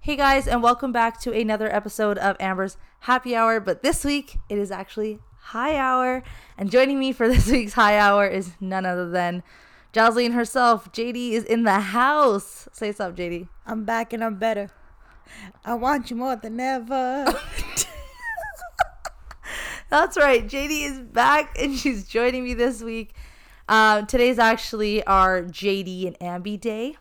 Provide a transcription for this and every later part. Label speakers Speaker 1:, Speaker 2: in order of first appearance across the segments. Speaker 1: Hey guys, and welcome back to another episode of Amber's Happy Hour. But this week it is actually High Hour, and joining me for this week's High Hour is none other than Jocelyn herself. JD is in the house. Say what's up, JD.
Speaker 2: I'm back and I'm better. I want you more than ever.
Speaker 1: That's right. JD is back and she's joining me this week. Um, today's actually our JD and Ambi day,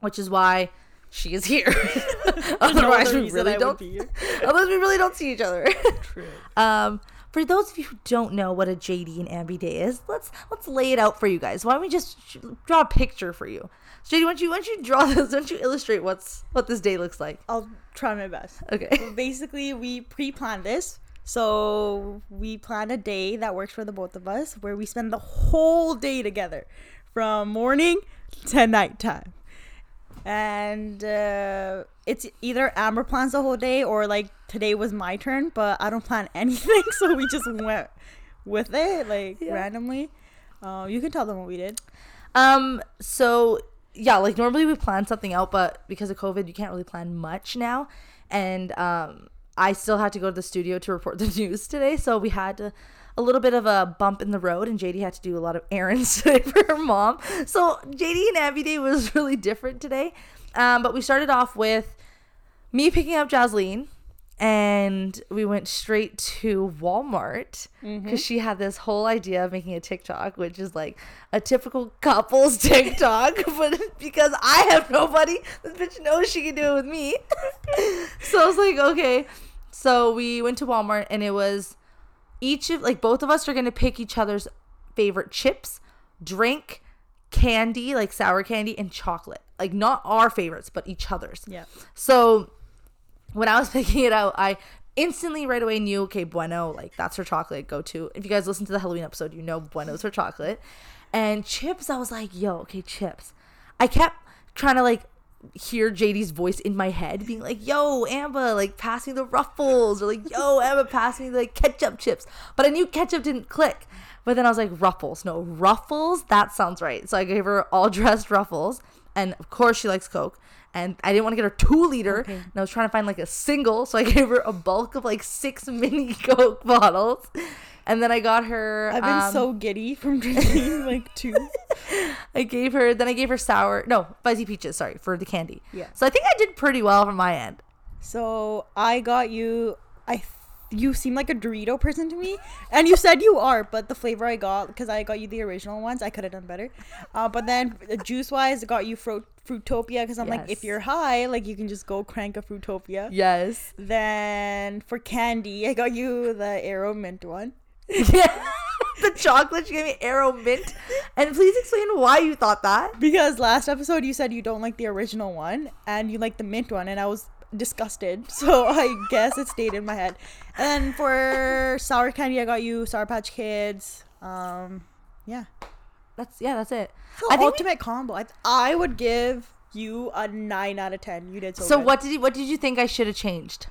Speaker 1: which is why she is here. Otherwise, we really don't. Otherwise, we really don't see each other.
Speaker 2: True.
Speaker 1: Um, for those of you who don't know what a JD and Ambi day is, let's let's lay it out for you guys. Why don't we just sh- draw a picture for you? JD, why don't you why don't you draw this? Why don't you illustrate what's what this day looks like?
Speaker 2: I'll try my best.
Speaker 1: Okay.
Speaker 2: Basically, we pre-planned this. So we plan a day that works for the both of us where we spend the whole day together from morning to nighttime. And uh, it's either Amber plans the whole day or like today was my turn, but I don't plan anything. So we just went with it like
Speaker 1: Yeah.
Speaker 2: randomly. Uh, you can tell them what we did.
Speaker 1: Um. So yeah, like normally we plan something out, but because of COVID, you can't really plan much now. And um, I still had to go to the studio to report the news today, so we had to, a little bit of a bump in the road, and JD had to do a lot of errands today for her mom. So JD and Abby Day was really different today. Um, but we started off with me picking up Jasleen and we went straight to Walmart because she had this whole idea of making a TikTok, which is like a typical couple's TikTok. but because I have nobody, this bitch knows she can do it with me. so I was like, okay. So we went to Walmart and it was each of like both of us are gonna pick each other's favorite chips, drink, candy, like sour candy, and chocolate. Like not our favorites, but each other's.
Speaker 2: Yeah.
Speaker 1: So when I was picking it out, I instantly right away knew, okay, Bueno, like that's her chocolate go to. If you guys listen to the Halloween episode, you know Bueno's her chocolate. And chips, I was like, yo, okay, chips. I kept trying to like hear JD's voice in my head being like, yo, Amba, like pass me the ruffles, or like, yo, Amba, pass me the like, ketchup chips. But I knew ketchup didn't click. But then I was like, ruffles. No, ruffles, that sounds right. So I gave her all dressed ruffles. And of course she likes Coke. And I didn't want to get her two liter. And I was trying to find like a single. So I gave her a bulk of like six mini Coke bottles. And then I got her.
Speaker 2: I've been
Speaker 1: um,
Speaker 2: so giddy from drinking like two.
Speaker 1: I gave her then I gave her sour no fuzzy peaches sorry for the candy.
Speaker 2: Yeah.
Speaker 1: So I think I did pretty well from my end.
Speaker 2: So I got you. I th- you seem like a Dorito person to me, and you said you are, but the flavor I got because I got you the original ones, I could have done better. Uh, but then juice wise, I got you Fro- Fruitopia because I'm like,
Speaker 1: Yes.
Speaker 2: if you're high, like you can just go crank a Fruitopia.
Speaker 1: Yes.
Speaker 2: Then for candy, I got you the Aero Mint one.
Speaker 1: Yeah. the chocolate she gave me arrow mint. And please explain why you thought that.
Speaker 2: Because last episode you said you don't like the original one and you like the mint one, and I was disgusted. So I guess it stayed in my head. And then for sour candy, I got you Sour Patch Kids. Um, yeah,
Speaker 1: That's yeah, that's it.
Speaker 2: the
Speaker 1: I think we-
Speaker 2: Oh, ultimate combo. I, I would give you a nine out of ten. You did so.
Speaker 1: so
Speaker 2: good.
Speaker 1: what did you what did you think I should have changed?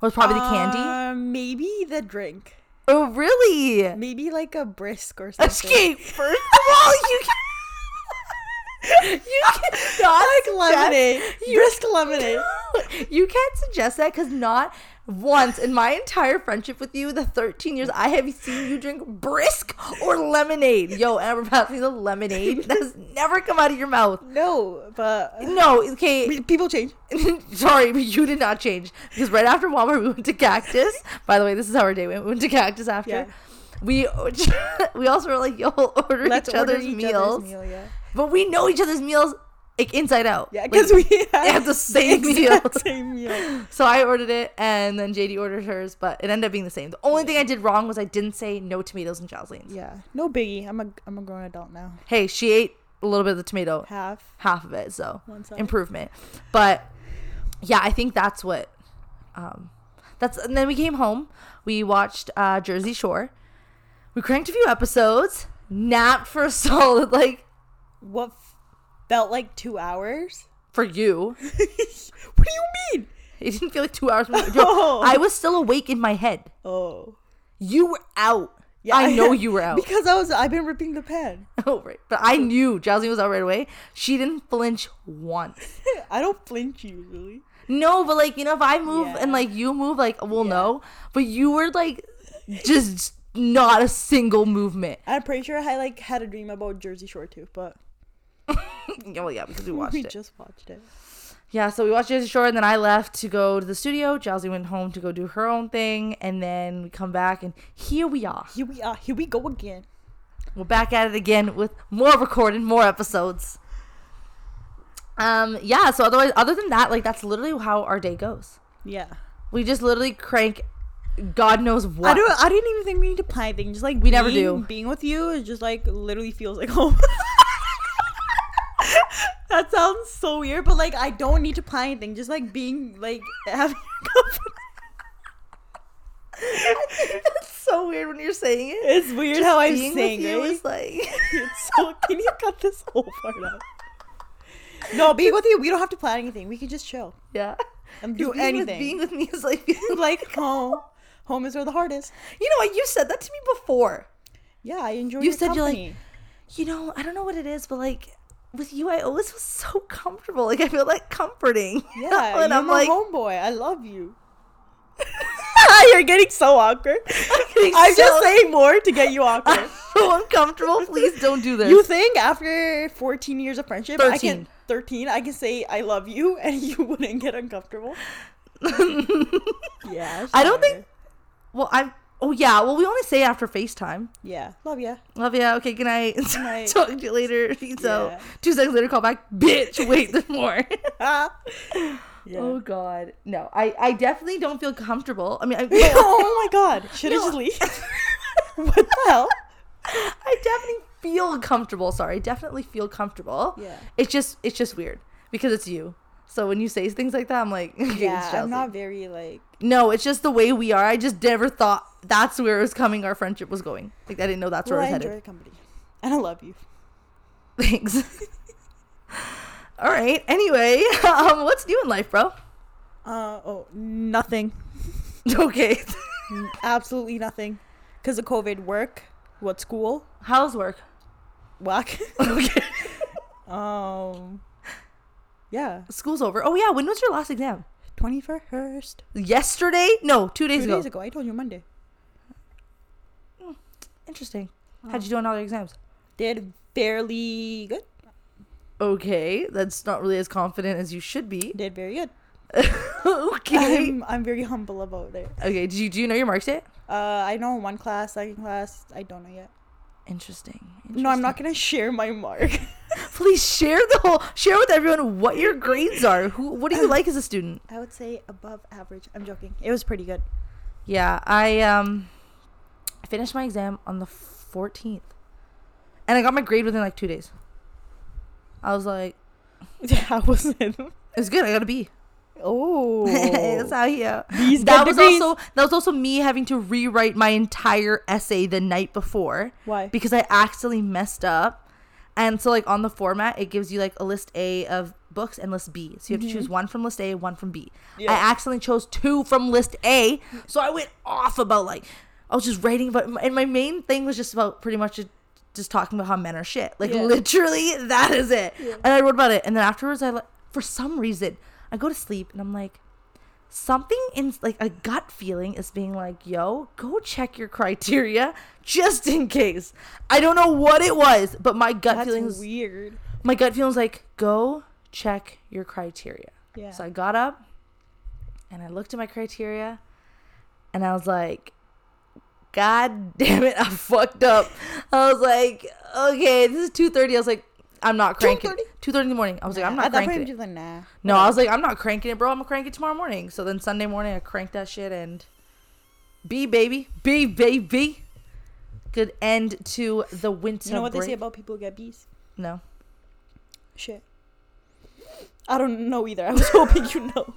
Speaker 1: Was probably the candy.
Speaker 2: Uh, maybe the drink.
Speaker 1: Oh really?
Speaker 2: Maybe like a brisk or something.
Speaker 1: Okay, first of all, you can You cannot
Speaker 2: I like
Speaker 1: suggest-
Speaker 2: lemonade. Brisk lemonade.
Speaker 1: you can't suggest that because not once in my entire friendship with you, the 13 years, I have seen you drink brisk or lemonade. Yo, Amber, pass me the lemonade. That has never come out of your mouth.
Speaker 2: No, but
Speaker 1: No, okay.
Speaker 2: people change.
Speaker 1: Sorry, but you did not change because right after Walmart, we went to Cactus. By the way, this is our day. We went to Cactus after.
Speaker 2: Yeah.
Speaker 1: We we also were like, yo, order
Speaker 2: Let's
Speaker 1: each
Speaker 2: order
Speaker 1: other's
Speaker 2: each
Speaker 1: meals,
Speaker 2: other's meal. Yeah.
Speaker 1: but we know each other's meals like inside out.
Speaker 2: Yeah,
Speaker 1: Like,
Speaker 2: because we
Speaker 1: they have the same meal.
Speaker 2: Same meal.
Speaker 1: So I ordered it, and then JD ordered hers, but it ended up being the same. The only thing I did wrong was I didn't say no tomatoes and Jocelyn's.
Speaker 2: Yeah, no biggie. I'm a I'm a grown adult now.
Speaker 1: Hey, she ate a little bit of the tomato,
Speaker 2: Half.
Speaker 1: half of it, so
Speaker 2: One side.
Speaker 1: improvement. But yeah, I think that's what. Um, that's and then we came home. We watched uh, Jersey Shore. We cranked a few episodes, napped for a solid like
Speaker 2: What f- felt like two hours?
Speaker 1: for you.
Speaker 2: what do you mean?
Speaker 1: It didn't feel like two hours. Yo, I was still awake in my head.
Speaker 2: Oh,
Speaker 1: You were out. I know you were out.
Speaker 2: because I was. I've been ripping the pen.
Speaker 1: Oh, right. But I knew Jocelyn was out right away. She didn't flinch once.
Speaker 2: I don't flinch usually.
Speaker 1: No, but like you know, if I move
Speaker 2: Yeah.
Speaker 1: and like you move, like we'll know. But you were like, just not a single movement.
Speaker 2: I'm pretty sure I like had a dream about Jersey Shore too, but
Speaker 1: Yeah, well, yeah, because we watched
Speaker 2: we
Speaker 1: it.
Speaker 2: just watched it.
Speaker 1: Yeah, so we watched Jersey Shore, and then I left to go to the studio. Josie went home to go do her own thing, and then we come back, and here we are.
Speaker 2: Here we are. Here we go again.
Speaker 1: We're back at it again with more recorded, more episodes. Um, yeah. So otherwise, other than that, like that's literally how our day goes.
Speaker 2: Yeah.
Speaker 1: We just literally crank, God knows what.
Speaker 2: I don't. I didn't even think we need to plan anything. Just like
Speaker 1: We never
Speaker 2: being-
Speaker 1: do.
Speaker 2: Being with you is just like literally feels like home. that sounds so weird, but like I don't need to plan anything. Just like being like having.
Speaker 1: That's so weird when you're saying it.
Speaker 2: it's weird how I'm
Speaker 1: Being
Speaker 2: saying
Speaker 1: with you
Speaker 2: right?
Speaker 1: is like
Speaker 2: It's so. Can you cut this whole part out? No, being with you, we don't have to plan anything. We can just chill
Speaker 1: yeah.
Speaker 2: and do
Speaker 1: Just being with-
Speaker 2: anything.
Speaker 1: being with me is like being like
Speaker 2: like home. Home is where the heart is.
Speaker 1: you know what you said that to me before.
Speaker 2: Yeah, I enjoy.
Speaker 1: You
Speaker 2: your
Speaker 1: said you're like-
Speaker 2: company.
Speaker 1: You know I don't know what it is, but like with you I always feel so comfortable. Like I feel like comforting.
Speaker 2: Yeah,
Speaker 1: and
Speaker 2: you're
Speaker 1: I'm
Speaker 2: my
Speaker 1: like
Speaker 2: homeboy. I love you. You're getting so awkward. I'm,
Speaker 1: getting so-
Speaker 2: just saying more to get you
Speaker 1: I'm
Speaker 2: awkward.
Speaker 1: so uncomfortable. Please don't do this.
Speaker 2: you think after 14 years of friendship, I
Speaker 1: 13.
Speaker 2: can 13, I can say I love you and you wouldn't get uncomfortable? Yeah.
Speaker 1: I don't
Speaker 2: sure.
Speaker 1: think- well I'm oh yeah well we only say after FaceTime.
Speaker 2: Yeah. Love ya.
Speaker 1: Love ya. Okay, good night.
Speaker 2: night.
Speaker 1: Talk to you later. Peace out.
Speaker 2: Yeah.
Speaker 1: Two seconds later, call back. Bitch, wait, there's more.
Speaker 2: yeah.
Speaker 1: Oh
Speaker 2: Oh,
Speaker 1: God, no! I I definitely don't feel comfortable. I mean, I,
Speaker 2: Oh my god. Should I
Speaker 1: No.
Speaker 2: just leave? what the hell?
Speaker 1: I definitely feel comfortable. Sorry, I definitely feel comfortable.
Speaker 2: Yeah.
Speaker 1: it's just it's just weird because it's you. So when you say things like that, I'm like, okay, it's
Speaker 2: Yeah, I'm
Speaker 1: Chelsea.
Speaker 2: not very like
Speaker 1: No, it's just the way we are. I just never thought that's where it was coming. Our friendship was going. Like I didn't know that's where
Speaker 2: well,
Speaker 1: it
Speaker 2: I
Speaker 1: was
Speaker 2: enjoy
Speaker 1: headed.
Speaker 2: your company. And I love you.
Speaker 1: Thanks. All right. Anyway, um, what's new in life, bro?
Speaker 2: Uh oh, nothing.
Speaker 1: Okay.
Speaker 2: Mm. Absolutely nothing. Because of COVID, work, what school,
Speaker 1: How's work?
Speaker 2: whack.
Speaker 1: Okay.
Speaker 2: um, yeah,
Speaker 1: School's over. Oh yeah. When was your last exam?
Speaker 2: twenty first.
Speaker 1: Yesterday? No, two days
Speaker 2: Two
Speaker 1: ago.
Speaker 2: days ago, I told you Monday.
Speaker 1: Interesting. How'd you do on all your exams?
Speaker 2: Did fairly good.
Speaker 1: Okay, that's not really as confident as you should be.
Speaker 2: Did very good.
Speaker 1: okay.
Speaker 2: I'm I'm very humble about it.
Speaker 1: okay. Did you do you know your marks yet?
Speaker 2: Uh, I know one class, second class. I don't know yet.
Speaker 1: Interesting.
Speaker 2: No, I'm not gonna share my mark.
Speaker 1: Interesting. Please share the whole. Share with everyone what your grades are. Who? What do you like as a student?
Speaker 2: I would say above average. I'm joking. It was pretty good.
Speaker 1: Yeah, I um, I finished my exam on the fourteenth, and I got my grade within like two days. I was like,
Speaker 2: How was it?
Speaker 1: it's good. I got a B.
Speaker 2: Oh,
Speaker 1: it's out here.
Speaker 2: These
Speaker 1: that
Speaker 2: good
Speaker 1: was
Speaker 2: degrees.
Speaker 1: also that was also me having to rewrite my entire essay the night before
Speaker 2: why?
Speaker 1: because I accidentally messed up. And so like on the format, it gives you like a list A of books and list B. So you have to choose one from list A, one from B. I
Speaker 2: Mm-hmm. Yeah.
Speaker 1: accidentally chose two from list A, so I went off about like I was just writing about and my main thing was just about pretty much just- just talking about how men are shit. Like
Speaker 2: Yeah.
Speaker 1: literally that is it. And I wrote about it and then afterwards I like for some reason I go to sleep and I'm like something in like a gut feeling is being like, yo, go check your criteria just in case. I don't know what it was, but my gut
Speaker 2: That's
Speaker 1: feeling was
Speaker 2: weird.
Speaker 1: my gut feeling was like, go check your criteria.
Speaker 2: Yeah.
Speaker 1: So I got up and I looked at my criteria and I was like, God damn it, I fucked up. I was like, okay, this is two thirty. I was like, I'm not cranking.
Speaker 2: 2:30?
Speaker 1: Two thirty in the morning. I was like, I'm not
Speaker 2: At that
Speaker 1: cranking.
Speaker 2: point,
Speaker 1: it.
Speaker 2: I'm just like, nah.
Speaker 1: No, I was like, I'm not cranking it, bro. I'm gonna crank it tomorrow morning. So then Sunday morning, I cranked that shit and B baby, B baby. Good end to the winter.
Speaker 2: You know what
Speaker 1: break.
Speaker 2: they say about people who get bees?
Speaker 1: No,
Speaker 2: Shit. I don't know either. I was hoping you know.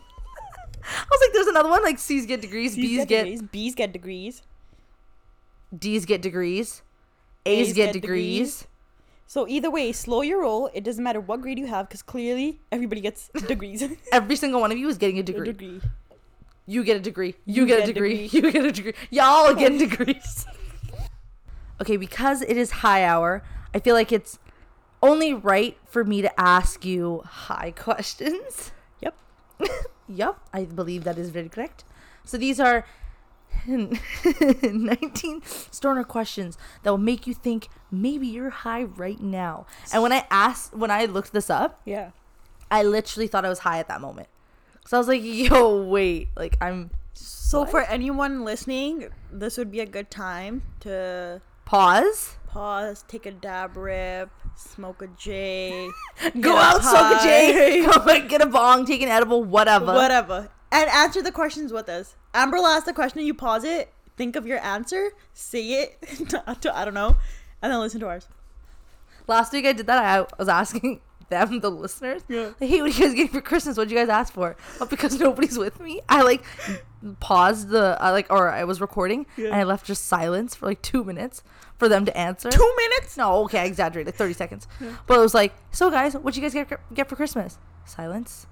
Speaker 1: I was like, there's another one like C's get degrees,
Speaker 2: C's
Speaker 1: B's get,
Speaker 2: degrees. Bees get degrees.
Speaker 1: D's get degrees, A's, get, degrees.
Speaker 2: So either way, slow your roll. It doesn't matter what grade you have, because clearly everybody gets degrees. A
Speaker 1: Every single one of you is getting a degree.
Speaker 2: degree.
Speaker 1: You get a degree. You, get, a degree. You get a degree. Y'all are getting degrees. okay, because it is high hour, I feel like it's only right for me to ask you high questions.
Speaker 2: Yep.
Speaker 1: Yep, I believe that is very correct. So these are 19 stoner questions that will make you think maybe you're high right now. And when I asked, when I looked this up,
Speaker 2: Yeah.
Speaker 1: I literally thought I was high at that moment. So I was like, yo, wait, like I'm
Speaker 2: So for anyone listening, this would be a good time to
Speaker 1: pause.
Speaker 2: pause, take a dab rip, smoke a J,
Speaker 1: Go
Speaker 2: get a
Speaker 1: out, smoke a J,
Speaker 2: pie,
Speaker 1: go and get a bong, take an edible, whatever.
Speaker 2: whatever, and answer the questions with us. Amber will ask the question, you pause it, think of your answer, say it to, to- I don't know, and then listen to ours.
Speaker 1: Last week I did that. I was asking them, the listeners,
Speaker 2: Yeah.
Speaker 1: like, hey, what are you guys getting for Christmas? What'd you guys ask for? But because nobody's with me, I like paused the, I like, or I was recording
Speaker 2: Yeah.
Speaker 1: and I left just silence for like two minutes for them to answer.
Speaker 2: Two minutes.
Speaker 1: No, okay, I exaggerated, 30 seconds. But it was like, so guys, what'd you guys get, get for Christmas? Silence.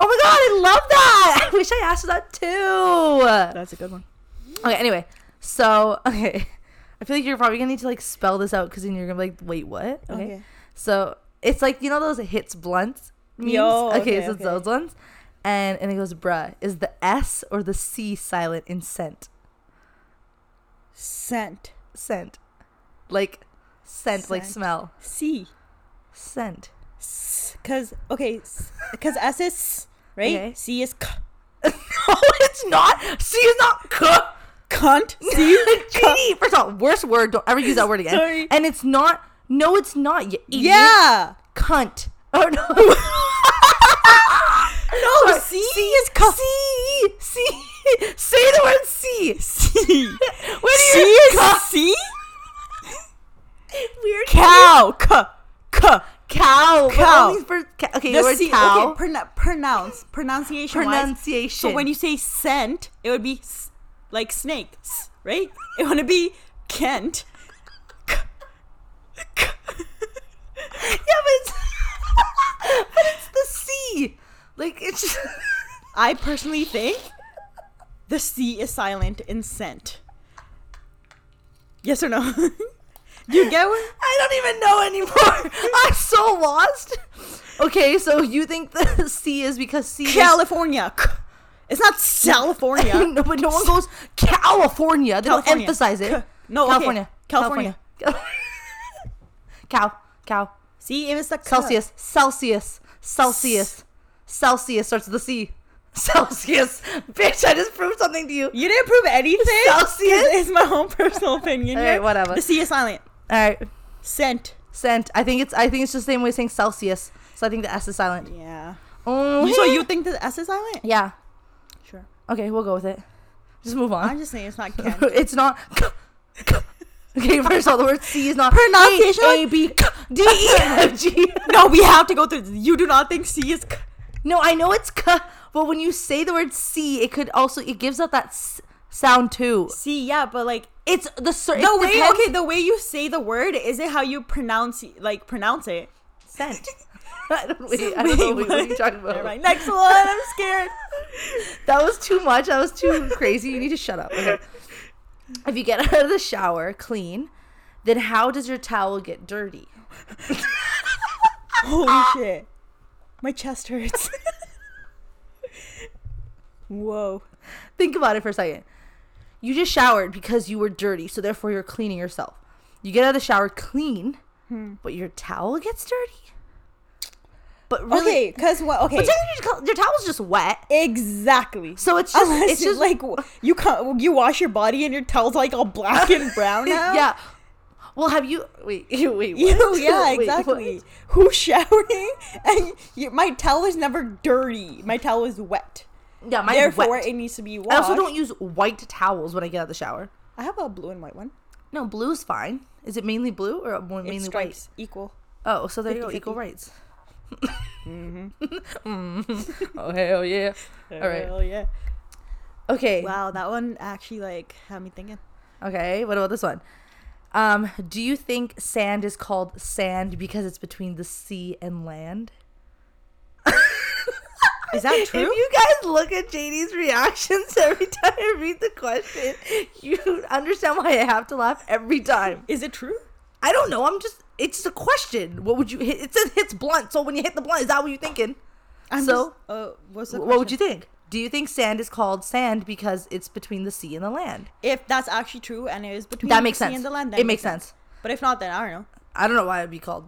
Speaker 1: Oh my god, I love that! I wish I asked for that too!
Speaker 2: That's a good one.
Speaker 1: Okay, anyway. So, okay. I feel like you're probably gonna need to like spell this out because then you're gonna be like, wait, what? Okay.
Speaker 2: Okay.
Speaker 1: So it's like you know those hits blunts memes?
Speaker 2: Yo,
Speaker 1: okay,
Speaker 2: okay,
Speaker 1: so it's
Speaker 2: okay.
Speaker 1: those ones. And and it goes, bruh, is the S or the C silent in scent?
Speaker 2: Scent.
Speaker 1: Scent. Like scent, like
Speaker 2: Scent.
Speaker 1: smell.
Speaker 2: C.
Speaker 1: Scent.
Speaker 2: Because okay, because S is s, right.
Speaker 1: Okay.
Speaker 2: C is c.
Speaker 1: no, it's not. C is not cook.
Speaker 2: Cunt. C.
Speaker 1: Katie, first of all, worst word. Don't ever use that word again.
Speaker 2: Sorry.
Speaker 1: And it's not. No, it's not. You idiot.
Speaker 2: yeah.
Speaker 1: cunt. Oh no.
Speaker 2: No, C
Speaker 1: is cunt. Oh. C. C. Say the word C.
Speaker 2: C.
Speaker 1: What do
Speaker 2: C
Speaker 1: you
Speaker 2: is C.
Speaker 1: Weird
Speaker 2: Cow. C. C.
Speaker 1: cow.
Speaker 2: Cow.
Speaker 1: Cow. For, ca- okay, the
Speaker 2: The
Speaker 1: word
Speaker 2: C.
Speaker 1: cow.
Speaker 2: Okay, pronu- pronounce pronunciation.
Speaker 1: pronunciation.
Speaker 2: So when you say scent, it would be s- like snake, s, right? It would be Kent.
Speaker 1: yeah, but it's, but it's the C. Like it's just.
Speaker 2: I personally think the C is silent in scent. Yes or no? Do you get what?
Speaker 1: I don't even know anymore. I'm so lost. Okay, so you think the C is because C is-
Speaker 2: California. K. It's not California.
Speaker 1: no, but no one goes California. They don't
Speaker 2: California.
Speaker 1: emphasize it.
Speaker 2: K. No, okay.
Speaker 1: California.
Speaker 2: California.
Speaker 1: California. cow. Cow.
Speaker 2: See, it was the K.
Speaker 1: Celsius. Celsius. Celsius. Celsius starts with a C. Celsius. Bitch, I just proved something to you.
Speaker 2: You didn't prove anything.
Speaker 1: Celsius?
Speaker 2: It's my own personal opinion.
Speaker 1: All right,
Speaker 2: here.
Speaker 1: whatever.
Speaker 2: The C is silent.
Speaker 1: All right.
Speaker 2: Scent.
Speaker 1: Scent. I think it's. I think it's just the same way as saying Celsius. So I think the S is silent.
Speaker 2: Yeah.
Speaker 1: Oh,
Speaker 2: So you think the S is silent?
Speaker 1: Yeah.
Speaker 2: Sure.
Speaker 1: Okay, we'll go with it. Just move on.
Speaker 2: I'm just saying it's not Kent.
Speaker 1: it's not. okay, first of all, the word C is not
Speaker 2: Pronunciation?
Speaker 1: A B D E F G.
Speaker 2: no, we have to go through. this. You do not think C is. K.
Speaker 1: No, I know it's k, but when you say the word C, it could also it gives out that s- sound too.
Speaker 2: C, yeah, but like
Speaker 1: It's the cer-
Speaker 2: the
Speaker 1: it
Speaker 2: way
Speaker 1: depends-
Speaker 2: okay the way you say the word is it how you pronounce it- like pronounce it
Speaker 1: scent. I don't, wait, I don't know what, what are you talking about.
Speaker 2: Never mind. next one i'm scared
Speaker 1: That was too much. That was too crazy. You need to shut up. Okay. If you get out of the shower clean, then how does your towel get dirty?
Speaker 2: holy
Speaker 1: Ah.
Speaker 2: shit my chest hurts whoa
Speaker 1: Think about it for a second. You just showered because you were dirty, so therefore you're cleaning yourself. You get out of the shower clean,
Speaker 2: Hmm.
Speaker 1: but your towel gets dirty. But really,
Speaker 2: okay because what okay
Speaker 1: But technically, your col- your towel's just wet,
Speaker 2: exactly
Speaker 1: so it's just
Speaker 2: Unless
Speaker 1: it's
Speaker 2: you,
Speaker 1: just
Speaker 2: like w- you can you wash your body and your towel's like all black and brown now
Speaker 1: yeah. Well, have you wait wait what?
Speaker 2: You, yeah,
Speaker 1: Wait, what?
Speaker 2: exactly. Who's showering? And you, my towel is never dirty. My towel is wet.
Speaker 1: Yeah, mine's
Speaker 2: Therefore,
Speaker 1: wet.
Speaker 2: it needs to be
Speaker 1: I
Speaker 2: washed.
Speaker 1: also don't e- use white towels when I get out of the shower.
Speaker 2: I have a blue and white one.
Speaker 1: No, blue's fine. Is it mainly blue or more mainly
Speaker 2: It's
Speaker 1: white?
Speaker 2: stripes equal.
Speaker 1: Oh, so there you go,
Speaker 2: 50-50.
Speaker 1: equal rights. mm-hmm. Oh hell yeah! All right.
Speaker 2: Hell yeah.
Speaker 1: Okay.
Speaker 2: Wow, that one actually like had me thinking.
Speaker 1: Okay, what about this one? Um, do you think sand is called sand because it's between the sea and land?
Speaker 2: Is that
Speaker 1: If you guys look at JD's reactions every time I read the question, you understand why I have to laugh every time.
Speaker 2: Is it true?
Speaker 1: I don't know. I'm just. It's just a question. What would you hit? It says hits blunt. So when you hit the blunt, is that what you're thinking?
Speaker 2: I'm
Speaker 1: So-
Speaker 2: just- uh, what's the
Speaker 1: What would
Speaker 2: question?
Speaker 1: you think? Do you think sand is called sand because it's between the sea and the land?
Speaker 2: if that's actually true and it is between
Speaker 1: that makes
Speaker 2: the sea
Speaker 1: sense.
Speaker 2: and the land, that
Speaker 1: it makes sense.
Speaker 2: But if not, then I don't know.
Speaker 1: I don't know why it'd be called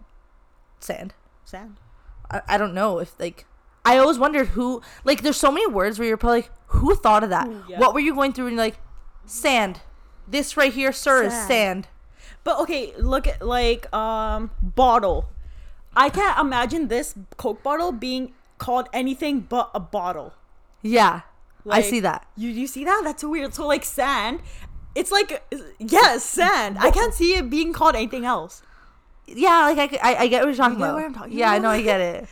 Speaker 1: sand.
Speaker 2: Sand.
Speaker 1: I, I don't know if like I always wondered who like there's so many words where you're probably like who thought of that?
Speaker 2: Ooh, yeah.
Speaker 1: What were you going through and you're like sand. This right here, sir, is
Speaker 2: Sand.
Speaker 1: sand.
Speaker 2: But okay, look at like um bottle. I can't imagine this Coke bottle being called anything but a bottle.
Speaker 1: Yeah.
Speaker 2: Like,
Speaker 1: I see that.
Speaker 2: You you see that? That's weird. So like sand, it's like yes, sand. I can't see it being called anything else.
Speaker 1: Yeah, like I, c- I, I get what you're talking
Speaker 2: get
Speaker 1: about.
Speaker 2: what I'm talking
Speaker 1: yeah, I
Speaker 2: about?
Speaker 1: know I get it.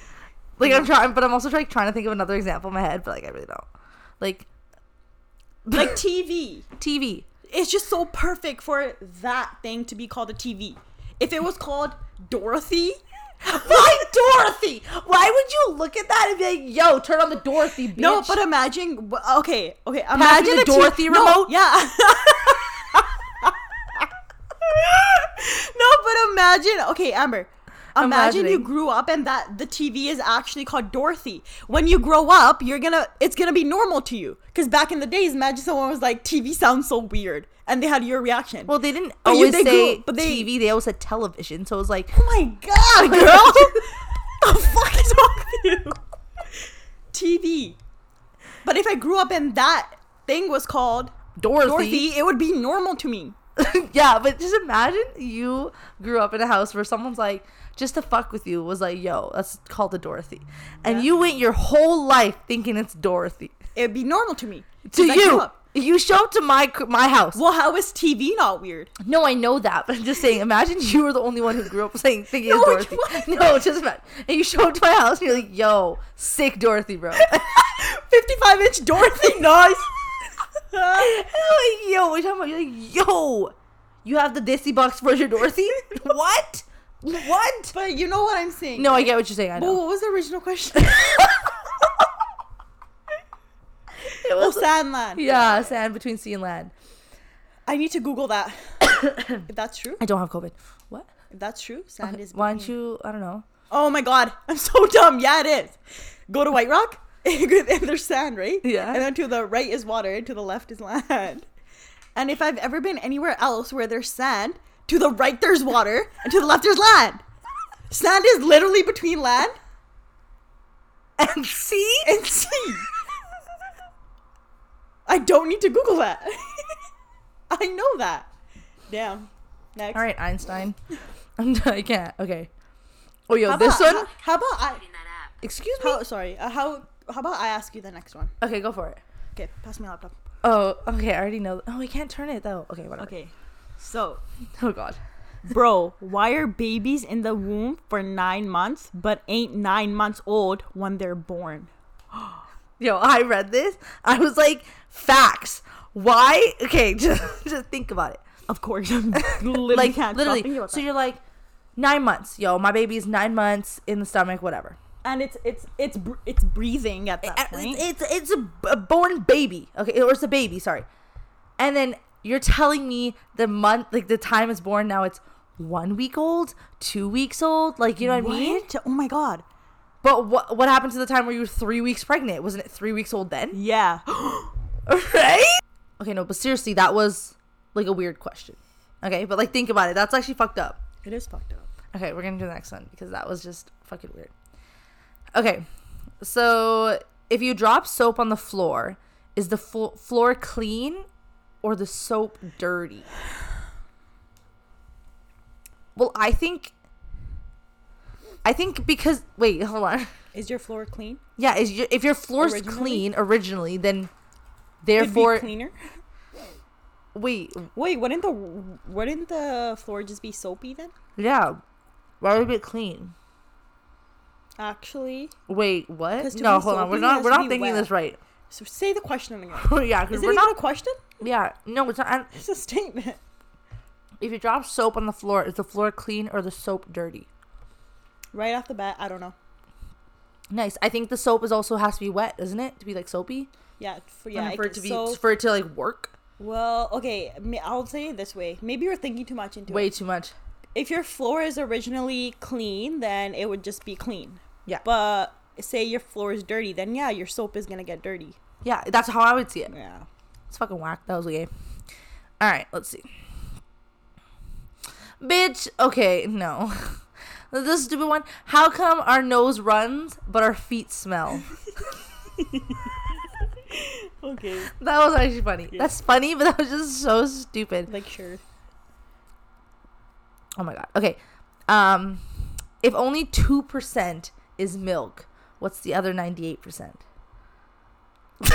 Speaker 1: Like I'm trying, but I'm also like trying to think of another example in my head, but like I really don't. Like,
Speaker 2: Like TV.
Speaker 1: TV.
Speaker 2: It's just so perfect for that thing to be called a TV. If it was called Dorothy,
Speaker 1: Why Dorothy? Why would you look at that and be like, "Yo, turn on the Dorothy"? Bitch?
Speaker 2: no, but imagine. wh- Okay, okay. Imagine,
Speaker 1: the
Speaker 2: a t-
Speaker 1: Dorothy
Speaker 2: no,
Speaker 1: remote?
Speaker 2: yeah. no, but imagine. Okay, Amber. Imagine you
Speaker 1: imagining.
Speaker 2: grew up and that the TV is actually called Dorothy. When you grow up, you're gonna it's gonna be normal to you. Cause back in the days, imagine someone was like, "TV sounds so weird," and they had your reaction.
Speaker 1: well, they didn't
Speaker 2: But you-
Speaker 1: always
Speaker 2: they
Speaker 1: say
Speaker 2: grew- but they-
Speaker 1: TV. They always said television. So it was like,
Speaker 2: Oh my god, girl! the fuck is wrong with you? TV. But if I grew up and that thing was called
Speaker 1: Dorothy.
Speaker 2: Dorothy, it would be normal to me.
Speaker 1: yeah, but just imagine you grew up in a house where someone's like, just to fuck with you, was like, "Yo, that's called a Dorothy," and
Speaker 2: Yeah.
Speaker 1: you went your whole life thinking it's Dorothy.
Speaker 2: It would be normal to me. 'Cause
Speaker 1: To
Speaker 2: I grew
Speaker 1: you,
Speaker 2: up.
Speaker 1: you show up to my my house.
Speaker 2: Well, how is TV not weird?
Speaker 1: No, I know that, but I'm just saying. Imagine you were the only one who grew up saying thinking
Speaker 2: No,
Speaker 1: it's
Speaker 2: it
Speaker 1: Dorothy. No, just imagine. And you show up to my house and you're like, "Yo, sick Dorothy, bro." And
Speaker 2: 55 inch Dorothy, nice!
Speaker 1: I'm like, yo, what are you talking about? You're like, yo, you have the Disney box for your Dorothy? what? What?
Speaker 2: but you know what I'm saying.
Speaker 1: No, I get what you're saying. I
Speaker 2: Well,
Speaker 1: know.
Speaker 2: what was the original question?
Speaker 1: It
Speaker 2: oh,
Speaker 1: was,
Speaker 2: Sandland.
Speaker 1: yeah, sand between sea and land.
Speaker 2: I need to Google that. if that's true,
Speaker 1: I don't have COVID. What?
Speaker 2: if that's true, sand is.
Speaker 1: Why don't
Speaker 2: between-
Speaker 1: you? I don't know.
Speaker 2: Oh my god, I'm so dumb. Yeah, it is. Go to White Rock, and there's sand, right?
Speaker 1: Yeah.
Speaker 2: And then to the right is water, and to the left is land. And if I've ever been anywhere else where there's sand, to the right there's water, and to the left there's land. Sand is literally between land
Speaker 1: And see?
Speaker 2: and sea. I don't need to Google that. I know that. Damn. Next.
Speaker 1: All right, Einstein. I'm done. I can't. Okay. Oh, yo,
Speaker 2: How
Speaker 1: this
Speaker 2: about-
Speaker 1: one.
Speaker 2: How, how about I?
Speaker 1: Excuse me.
Speaker 2: How, sorry. Uh, how? How about I ask you the next one?
Speaker 1: Okay, go for it.
Speaker 2: Okay, pass me my laptop.
Speaker 1: Oh, okay. I already know. Oh, I can't turn it though. Okay, whatever.
Speaker 2: Okay. So,
Speaker 1: Oh God.
Speaker 2: bro, why are babies in the womb for nine months but ain't nine months old when they're born?
Speaker 1: Yo, I read this. I was like, facts. Why? Okay, just just think about it.
Speaker 2: Of course, I'm literally
Speaker 1: Like
Speaker 2: can't stop
Speaker 1: literally.
Speaker 2: thinking about
Speaker 1: So
Speaker 2: that.
Speaker 1: you're like, nine months. Yo, my baby's nine months in the stomach. Whatever.
Speaker 2: and it's it's it's br- it's breathing at that point.
Speaker 1: It's it's, it's a, b- a born baby. Okay, or it's a baby. Sorry. And then you're telling me the month, like the time is born. Now it's one week old, two weeks old. Like you know what, I mean?
Speaker 2: what? Oh my god!
Speaker 1: But what what happened to the time where you were three weeks pregnant? Wasn't it three weeks old then?
Speaker 2: Yeah.
Speaker 1: right? Okay, no, but seriously, that was like a weird question. Okay, but like think about it. That's actually fucked up.
Speaker 2: it is fucked up.
Speaker 1: Okay, we're gonna do the next one because that was just fucking weird. Okay, so if you drop soap on the floor, is the flo- floor clean or the soap dirty? Well, I think. I think because wait, hold on.
Speaker 2: Is your floor clean?
Speaker 1: Yeah, is your, if your floor's
Speaker 2: Originally?
Speaker 1: clean originally, then
Speaker 2: It'd be
Speaker 1: therefore
Speaker 2: cleaner.
Speaker 1: wait,
Speaker 2: Wait, wouldn't the wouldn't the floor just be soapy then?
Speaker 1: yeah, why would it be clean?
Speaker 2: Actually,
Speaker 1: Wait, what?
Speaker 2: 'Cause to
Speaker 1: No,
Speaker 2: be
Speaker 1: hold on, we're
Speaker 2: soapy, it
Speaker 1: not
Speaker 2: has
Speaker 1: we're
Speaker 2: to
Speaker 1: not
Speaker 2: be
Speaker 1: thinking this right.
Speaker 2: so say the question again.
Speaker 1: yeah,
Speaker 2: Is
Speaker 1: because
Speaker 2: it
Speaker 1: we're
Speaker 2: even
Speaker 1: not.
Speaker 2: a question?
Speaker 1: Yeah, no, it's not. I-
Speaker 2: It's a statement.
Speaker 1: If you drop soap on the floor, is the floor clean or the soap dirty?
Speaker 2: Right off the bat, I don't know.
Speaker 1: Nice. I think the soap is also has to be wet, doesn't it, to be like soapy?
Speaker 2: Yeah, for,
Speaker 1: I
Speaker 2: yeah.
Speaker 1: mean,
Speaker 2: I
Speaker 1: for it
Speaker 2: guess
Speaker 1: to be
Speaker 2: so,
Speaker 1: for it to like work
Speaker 2: well, okay. ma- I'll say it this way. Maybe you're thinking too much into
Speaker 1: way
Speaker 2: it.
Speaker 1: too much.
Speaker 2: If your floor is originally clean, then it would just be clean.
Speaker 1: Yeah.
Speaker 2: But say your floor is dirty, then yeah, your soap is gonna get dirty.
Speaker 1: Yeah, that's how I would see it.
Speaker 2: Yeah.
Speaker 1: It's fucking whack. That was a game. All right, let's see. Bitch. Okay, no. This stupid one. How come our nose runs but our feet smell?
Speaker 2: Okay.
Speaker 1: That was actually funny.
Speaker 2: Yeah.
Speaker 1: That's funny, but that was just so stupid.
Speaker 2: Like sure.
Speaker 1: Oh my god. Okay. Um, if only two percent is milk, what's the other ninety-eight percent? I'm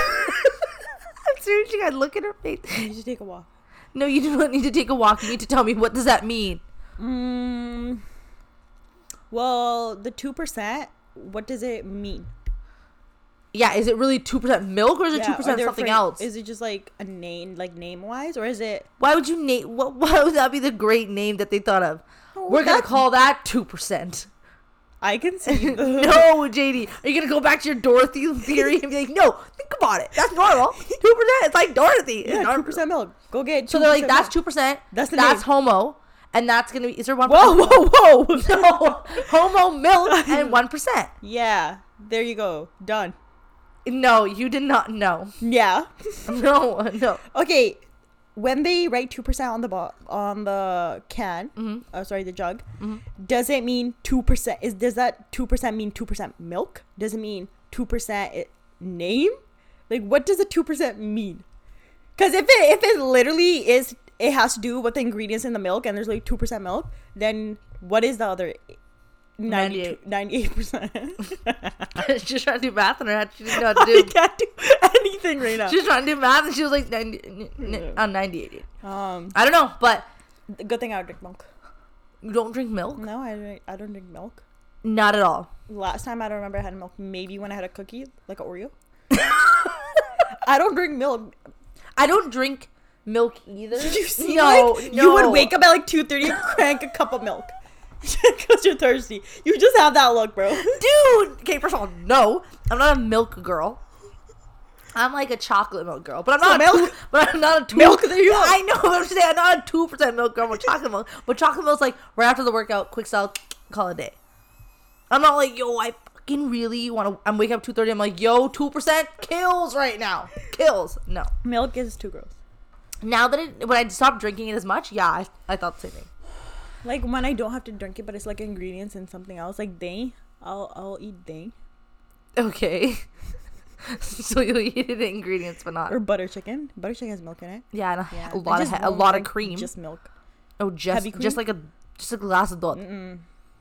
Speaker 1: serious. You guys look at her face.
Speaker 2: You need to take a walk.
Speaker 1: No, you do not need to take a walk. You need to tell me what does that mean.
Speaker 2: Mm, well, the two percent. What does it mean?
Speaker 1: Yeah, is it really two percent milk or is it
Speaker 2: Yeah,
Speaker 1: two
Speaker 2: are
Speaker 1: percent
Speaker 2: there
Speaker 1: something
Speaker 2: fra-
Speaker 1: else?
Speaker 2: Is it just like a name, like name wise, or is it?
Speaker 1: why would you name? What? Why would that be the great name that they thought of?
Speaker 2: Oh,
Speaker 1: We're gonna
Speaker 2: that's-
Speaker 1: call that two percent.
Speaker 2: I can see. the-
Speaker 1: No, JD, are you gonna go back to your Dorothy theory and be like, no, think about it. That's normal. Two percent. It's like Dorothy. It's
Speaker 2: Yeah,
Speaker 1: not-
Speaker 2: two percent milk. Go get.
Speaker 1: So they're like,
Speaker 2: 2%
Speaker 1: that's
Speaker 2: milk."
Speaker 1: two percent.
Speaker 2: That's the
Speaker 1: that's
Speaker 2: name.
Speaker 1: homo, and that's gonna be. Is there one?
Speaker 2: Whoa, whoa, whoa!
Speaker 1: No, homo milk and one percent.
Speaker 2: Yeah, there you go. Done.
Speaker 1: No, you did not know.
Speaker 2: Yeah.
Speaker 1: No, no.
Speaker 2: okay. When they write two percent on the bo- on the can,
Speaker 1: Mm-hmm.
Speaker 2: uh, sorry, the jug, does it mean two percent? Is does that two percent mean two percent milk? Does it mean two percent name? Like, what does the two percent mean? Because if it if it literally is, it has to do with the ingredients in the milk, and there's like two percent milk. Then what is the other 98 percent?
Speaker 1: She's trying to do math in her head. She didn't know what to
Speaker 2: I
Speaker 1: do.
Speaker 2: can't do anything right now.
Speaker 1: She was trying to do math, and she was like 90, n- n- uh, 98.
Speaker 2: Um,
Speaker 1: I don't know, but
Speaker 2: good thing I don't drink milk.
Speaker 1: you don't drink milk?
Speaker 2: No, I don't. I don't drink milk.
Speaker 1: Not at all.
Speaker 2: Last time I don't remember I had milk. Maybe when I had a cookie, like an Oreo. I don't drink milk.
Speaker 1: I don't drink milk either.
Speaker 2: Did you see?
Speaker 1: No,
Speaker 2: like, You would
Speaker 1: no.
Speaker 2: wake up at like two thirty and crank a cup of milk because you're thirsty. You just have that look, bro.
Speaker 1: Dude! Okay, first of all, no. I'm not a milk girl. I'm like a chocolate milk girl, but I'm
Speaker 2: So
Speaker 1: not milk.
Speaker 2: milk-
Speaker 1: but I'm not a two,
Speaker 2: milk that you are.
Speaker 1: I know what I'm saying. I'm not a two percent milk girl. I'm a chocolate milk. But chocolate milk's like right after the workout, quick salad, call it a day. I'm not like yo. I fucking really want to. I'm wake up two thirty. I'm like yo, two percent kills right now. Kills. No.
Speaker 2: Milk is too gross.
Speaker 1: Now that it, when I stopped drinking it as much, yeah, I, I thought the same thing.
Speaker 2: Like when I don't have to drink it, but it's like ingredients in something else, like dang. I'll I'll eat dang
Speaker 1: Okay. so you eat the ingredients, but not.
Speaker 2: or butter chicken. Butter chicken has milk in it.
Speaker 1: Yeah, and a,
Speaker 2: Yeah,
Speaker 1: a
Speaker 2: I
Speaker 1: lot of
Speaker 2: just
Speaker 1: he- a
Speaker 2: don't
Speaker 1: lot of
Speaker 2: like
Speaker 1: cream.
Speaker 2: Just milk.
Speaker 1: oh, just
Speaker 2: heavy cream?
Speaker 1: just like a just a glass of dot.
Speaker 2: Mm-mm.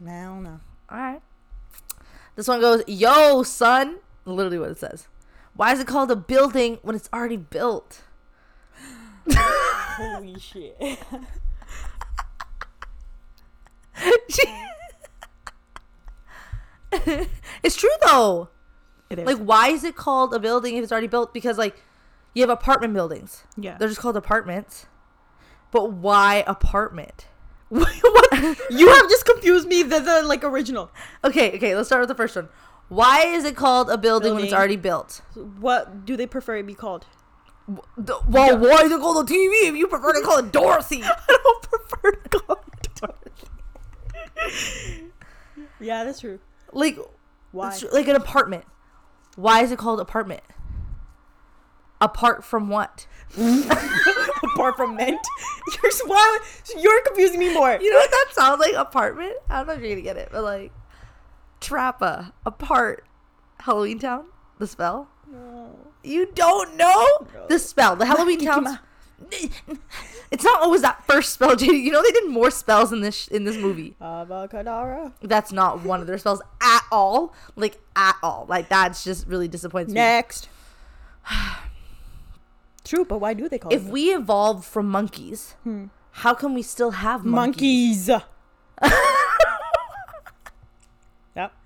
Speaker 2: Hell no.
Speaker 1: All right. This one goes, "Yo, son." Literally what it says. Why is it called a building when it's already built?
Speaker 2: Holy shit.
Speaker 1: it's true though.
Speaker 2: It is.
Speaker 1: Like, why is it called a building if it's already built? Because like, you have apartment buildings.
Speaker 2: yeah.
Speaker 1: They're just called apartments. But why apartment?
Speaker 2: what? You have just confused me. The, the like original.
Speaker 1: Okay, okay. Let's start with the first one. Why is it called a building, when it's
Speaker 2: Building.
Speaker 1: already built?
Speaker 2: What do they prefer it be called?
Speaker 1: The- well, why is it called a TV if you prefer to call it Dorothy?
Speaker 2: I don't prefer to call it yeah, that's true.
Speaker 1: like,
Speaker 2: Why?
Speaker 1: it's like an apartment. Why is it called apartment? Apart from what?
Speaker 2: Apart from mint, you're s- why you're confusing me more.
Speaker 1: You know what that sounds like? Apartment? I don't know if you're gonna get it, but like, Trappa, apart, Halloween Town, the spell. You don't know
Speaker 2: No.
Speaker 1: the spell, the Halloween Town.
Speaker 2: Kikima.
Speaker 1: It's not always that first spell, JD. You know they did more spells in this sh- in this movie.
Speaker 2: Avocadabra.
Speaker 1: That's not one of their spells at all. Like at all. Like that's just really disappointing.
Speaker 2: Next. True, but why do they call
Speaker 1: If
Speaker 2: it
Speaker 1: we evolved from monkeys,
Speaker 2: Hmm.
Speaker 1: how can we still have monkeys?
Speaker 2: monkeys? yep.